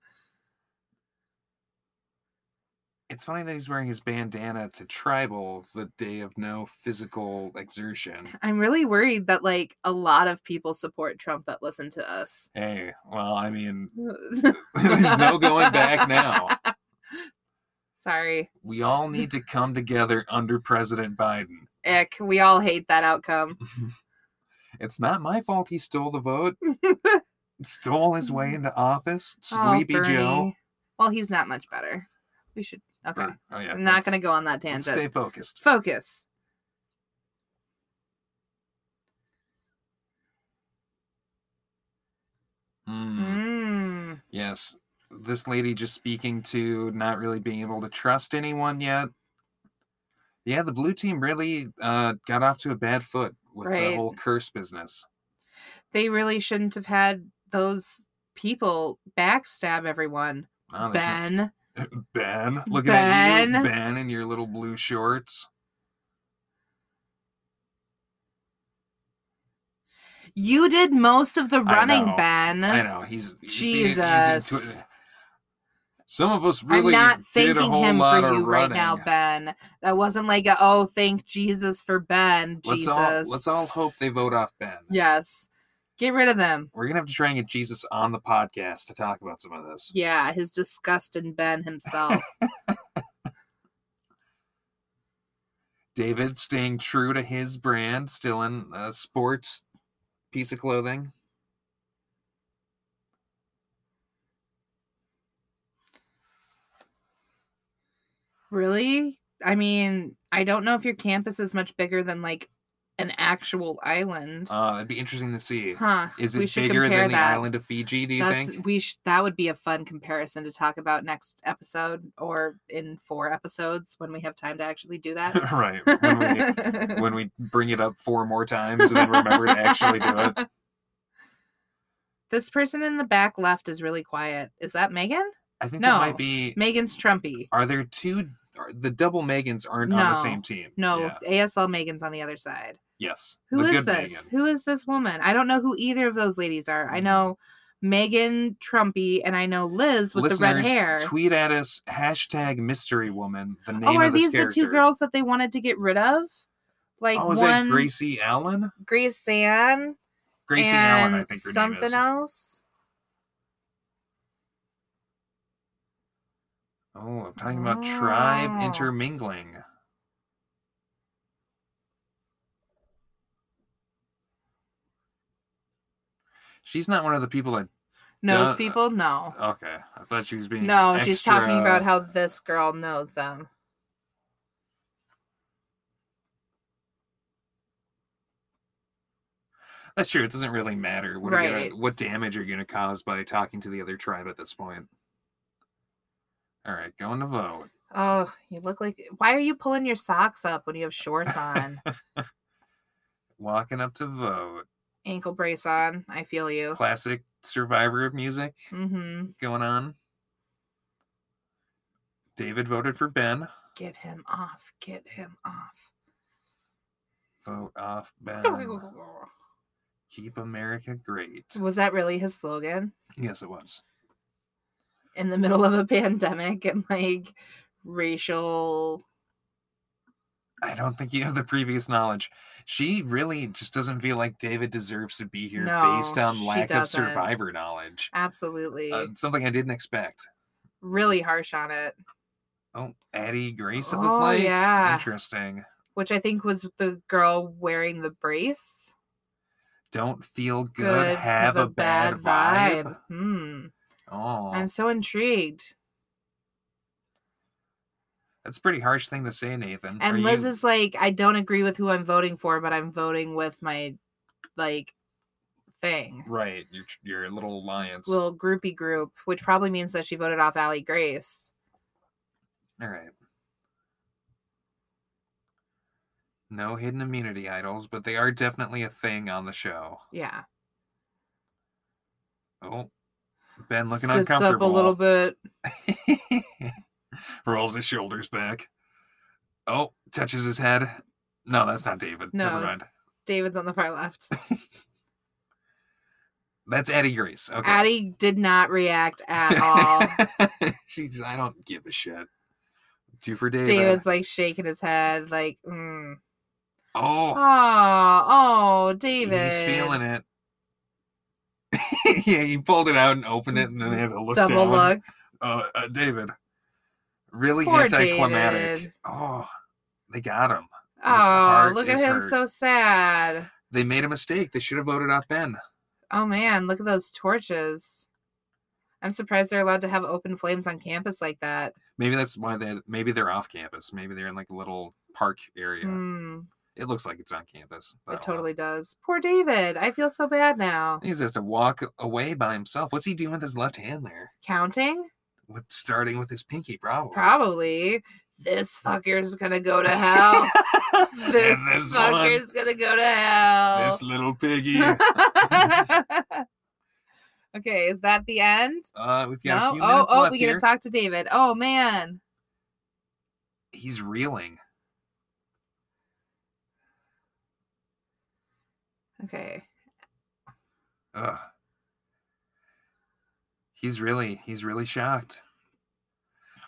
It's funny that he's wearing his bandana to tribal the day of no physical exertion.
i'm really worried that like a lot of people support trump that listen to us
Hey, well, I mean, [LAUGHS] there's no going
[LAUGHS]
back now.
sorry
We all need to come together under President Biden. [LAUGHS]
ick we all hate that outcome [LAUGHS]
It's not my fault he stole the vote,
Oh,
stole his way into office.
Aw,
Sleepy Joe.
Oh, Bernie. well he's not much better we should okay
Or- Oh, yeah.
i'm not
let's-
gonna go on
let's
that tangent
Stay focused.
focus.
Mm.
Mm.
Yes. This lady just speaking to not really being able to trust anyone yet. Yeah, the blue team really uh, got off to a bad foot with the
Right.
whole curse business.
They really shouldn't have had those people backstab everyone.
Oh, there's no-
ben.
[LAUGHS] ben, looking at you,
Ben.
Ben, in your little blue shorts.
You did most of the
I
running,
know.
Ben.
I know he's you see it- he's into it.
Jesus.
Some of us
I'm
really
not
did a
thanking
whole
him for
lot
you
of
right now,
running.
Ben. That wasn't like a, oh, thank Jesus for Ben.
Let's
Jesus.
all let's all hope they vote off Ben.
yes. Get rid of them.
We're gonna have to try and get Jesus on the podcast to talk about some of this.
Yeah, his disgust in
[LAUGHS]
Ben himself.
David staying true to his brand, still in a sports piece of clothing.
really? I mean, I don't know if your campus is much bigger than like an actual island.
Uh, it'd be interesting to see.
huh.
Is
we
it
should
bigger
compare
than the
that.
island of Fiji? Do you
That's
think?
we sh- that would be a fun comparison to talk about next episode or in four episodes when we have time to actually do that.
right. [LAUGHS]
[LAUGHS]
When we, when we bring it up four more times and then remember to actually do it.
[LAUGHS] This person in the back left is really quiet. Is that Megan?
I think that
No.
might be.
Megan's Trumpy.
Are there two are- the double Megans aren't on the
No.
same team.
No,
Yeah.
ASL Megan's on the other side.
Yes.
Who
the
is
good
this?
Megan.
Who is this woman? I don't know who either of those ladies are. I
Mm.
know Megan Trumpy and I know Liz with the red
Listeners,
hair.
Tweet at us hashtag Mystery Woman. The name
oh, are
of this
these
character.
the two girls that they wanted to get rid of? Like
oh, is
one
that Gracie Allen?
Grace San
Gracie
and
Allen, I think her
something
name is.
else.
Oh, I'm talking about tribe
Oh.
intermingling. She's not one of the people that.
Knows
Duh.
people? No.
Okay, I thought she was being.
No, she's talking
extra-
about how this girl knows them.
That's true. It doesn't really matter what, you're gonna-
Right.
what damage you're going to cause by talking to the other tribe at this point. All right, going to vote.
Oh, you look like why are you pulling your socks up when you have shorts
[LAUGHS]
on?
Walking up to vote.
Ankle brace on. I feel you.
Classic survivor of music
Mm-hmm.
going on. David voted for Ben.
Get him off. Get him off.
Vote off
[LAUGHS]
Ben. Keep America great.
Was that really his slogan?
Yes, it was.
In the middle of a pandemic and like racial
I don't think you have the previous knowledge. She really just doesn't feel like David deserves to be here based
No,
on
she
lack of
doesn't.
survivor knowledge.
absolutely
Uh, something I didn't expect.
really harsh on it.
Oh, Addie Grace, it looked
Oh,
like.
yeah.
Interesting.
Which I think was the girl wearing the brace.
Don't feel good,
Good,
have a bad, vibe.
Hmm.
Oh,
I'm so intrigued.
that's a pretty harsh thing to say, Nathan. Are
And Liz
you-
is like, I don't agree with who I'm voting for, but I'm voting with my like thing.
right. Your tr- your little alliance.
Little groupie group, which probably means that she voted off Allie Grace.
All right. No hidden immunity idols, but they are definitely a thing on the show.
Yeah.
Oh, Ben looking
Sits
uncomfortable.
up a little bit.
[LAUGHS] Rolls his shoulders back. Oh, touches his head. No, that's not David. Never
No.
mind.
David's on the far left.
[LAUGHS] That's Addie Grace. Okay.
Addie did not react at all.
She's. I don't give a shit. Two for [LAUGHS] David.
David's like shaking his head, like, mm.
oh,
oh, oh, David.
he's feeling it. [LAUGHS] yeah, he pulled it out and opened it, and then they had to look
Double
down.
look.
Uh, uh, David. Really
Poor
anticlimactic.
David.
Oh, they got him.
Oh,
heart
look at
is
him
hurt.
so sad.
They made a mistake. They should have voted off Ben.
Oh man, look at those torches. I'm surprised they're allowed to have open flames on campus like that.
Maybe that's why they. Maybe they're off campus. Maybe they're in like a little park area.
Mm,
It looks like it's on campus. but oh
it
well.
totally does. Poor David. I feel so bad now.
He just has to walk away by himself. What's he doing with his left hand there?
Counting?
With starting with his pinky, probably.
Probably. This fucker's gonna go to hell.
[LAUGHS] And
this,
one,
fucker's gonna go to hell.
this little piggy.
[LAUGHS] okay, is that the end?
uh, we've got a
No.
few
Oh,
minutes
oh,
left
we
here.
gotta talk to David. Oh man.
He's reeling.
Okay.
Ugh. He's really, he's really shocked.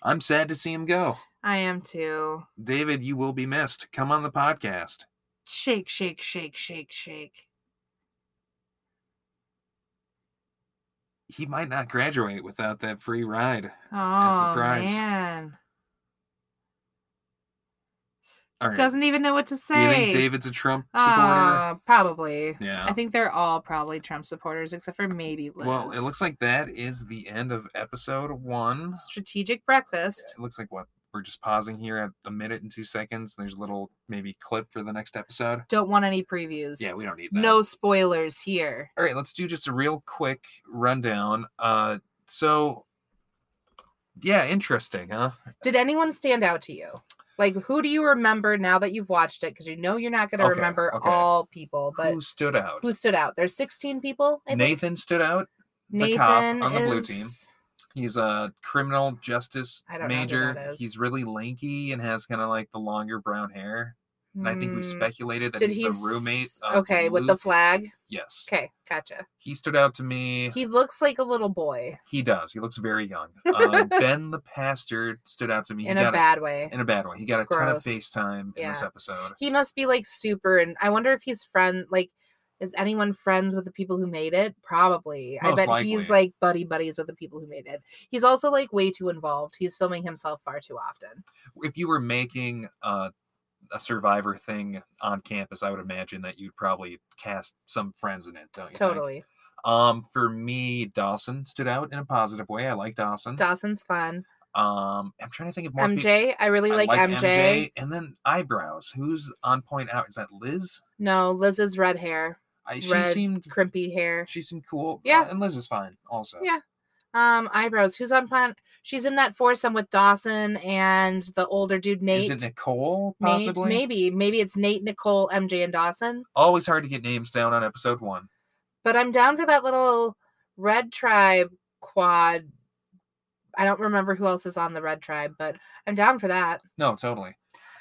I'm sad to see him go.
I am too.
David, you will be missed. Come on the podcast.
Shake, shake, shake, shake, shake.
He might not graduate without that free ride.
Oh
prize.
man.
All right.
Doesn't even know what to
Do
say.
you think David's a Trump supporter?
Oh, probably.
yeah.
I think they're all probably Trump supporters, except for maybe Liz.
Well, it looks like that is the end of episode one.
strategic breakfast.
It looks like what we're just pausing here at a minute and two seconds. There's a little maybe clip for the next episode.
Don't want any previews.
Yeah, we don't need that.
no spoilers here.
All right, let's do just a real quick rundown. Uh, so yeah, interesting, huh?
Did anyone stand out to you? Like, who do you remember now that you've watched it? Because you know you're not going to
Okay,
remember
okay.
all people, but
Who stood out?
who stood out? There's 16 people. I think.
Nathan stood out. the
Nathan
cop on the blue team.
is-
He's a criminal justice
I don't know who
major.
that is.
He's really lanky and has kind of like the longer brown hair. And I think we
Hmm.
speculated that
Did
he's
he
the roommate.
s-
Of
okay, with the
Luke.
flag.
yes,
Okay, gotcha.
he stood out to me. He,
He looks like a little boy
does. He looks very young.
[LAUGHS]
Um, ben the pastor stood out to me. He
in
got
a bad way.
in a bad way. He got a ton of
Gross.
FaceTime in this
Yeah.
episode.
He must be like super, and I wonder if he's friend like. Is anyone friends with the people who made it? Probably. I
Most
bet he's
likely.
like buddy buddies with the people who made it. He's also like way too involved. He's filming himself far too often.
If you were making a, a Survivor thing on campus, I would imagine that you'd probably cast some friends in it, don't you? think?
Totally.
Um, for me, Dawson stood out in a positive way. I like Dawson.
Dawson's fun.
um, I'm trying to think of more peop-
MJ, I really
I
like, MJ.
And then eyebrows. Who's on point out? Is that Liz?
No, Liz's red hair,
I, she
Red.
seemed
crimpy hair.
she seemed cool. Uh,
Yeah.
and Liz is fine also.
Yeah. Um, eyebrows. Who's on plan? She's in that foursome with Dawson and the older dude Nate.
Is it Nicole
Nate,
possibly?
maybe, maybe it's Nate, Nicole, MJ, and Dawson.
Always hard to get names down on episode one.
But I'm down for that little Red Tribe quad. I don't remember who else is on the Red Tribe, but I'm down for that.
No, totally.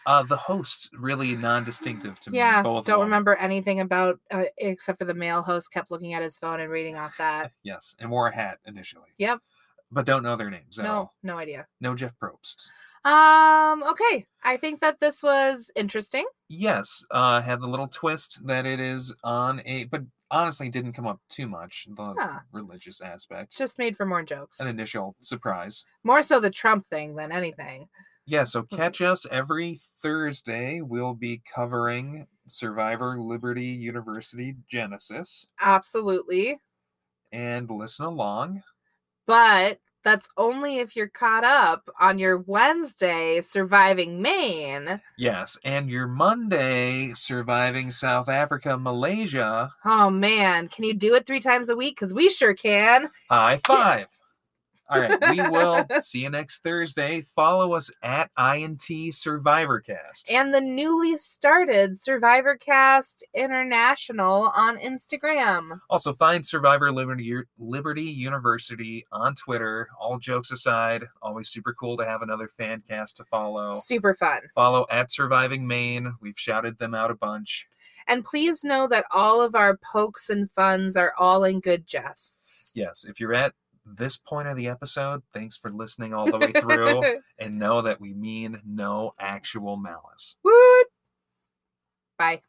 Uh, the host really non-distinctive to
yeah,
me. Both
don't
of 'em.
remember anything about uh, except for the male host kept looking at his phone and reading off
[LAUGHS]
that.
Yes, and wore a hat initially.
Yep.
But don't know their names at
No,
all.
no idea.
No Jeff Probst.
Um, okay. I think that this was interesting.
Yes, uh, had the little twist that it is on a, but honestly didn't come up too much. The
Huh.
religious aspect,
Just made for more jokes.
an initial surprise.
More so the Trump thing than anything.
Yeah, so
Hmm.
catch us every Thursday. We'll be covering Survivor Liberty University Genesis
Absolutely.
and listen along.
But that's only if you're caught up on your Wednesday surviving Maine.
Yes, and your Monday surviving South Africa, Malaysia.
Oh man, can you do it three times a week? Because we sure can.
High five. All right, we will see you next Thursday. Follow us at INT SurvivorCast.
And the newly started Survivor Cast International on Instagram.
Also, find Survivor Liberty, U- Liberty University on Twitter. All jokes aside, always super cool to have another fan cast to follow.
Super fun.
Follow at Surviving Maine. We've shouted them out a bunch.
And please know that all of our pokes and funs are all in good jests.
Yes, if you're at this point of the episode, thanks for listening all the way through.
[LAUGHS]
and know that we mean no actual malice.
Woot! Bye.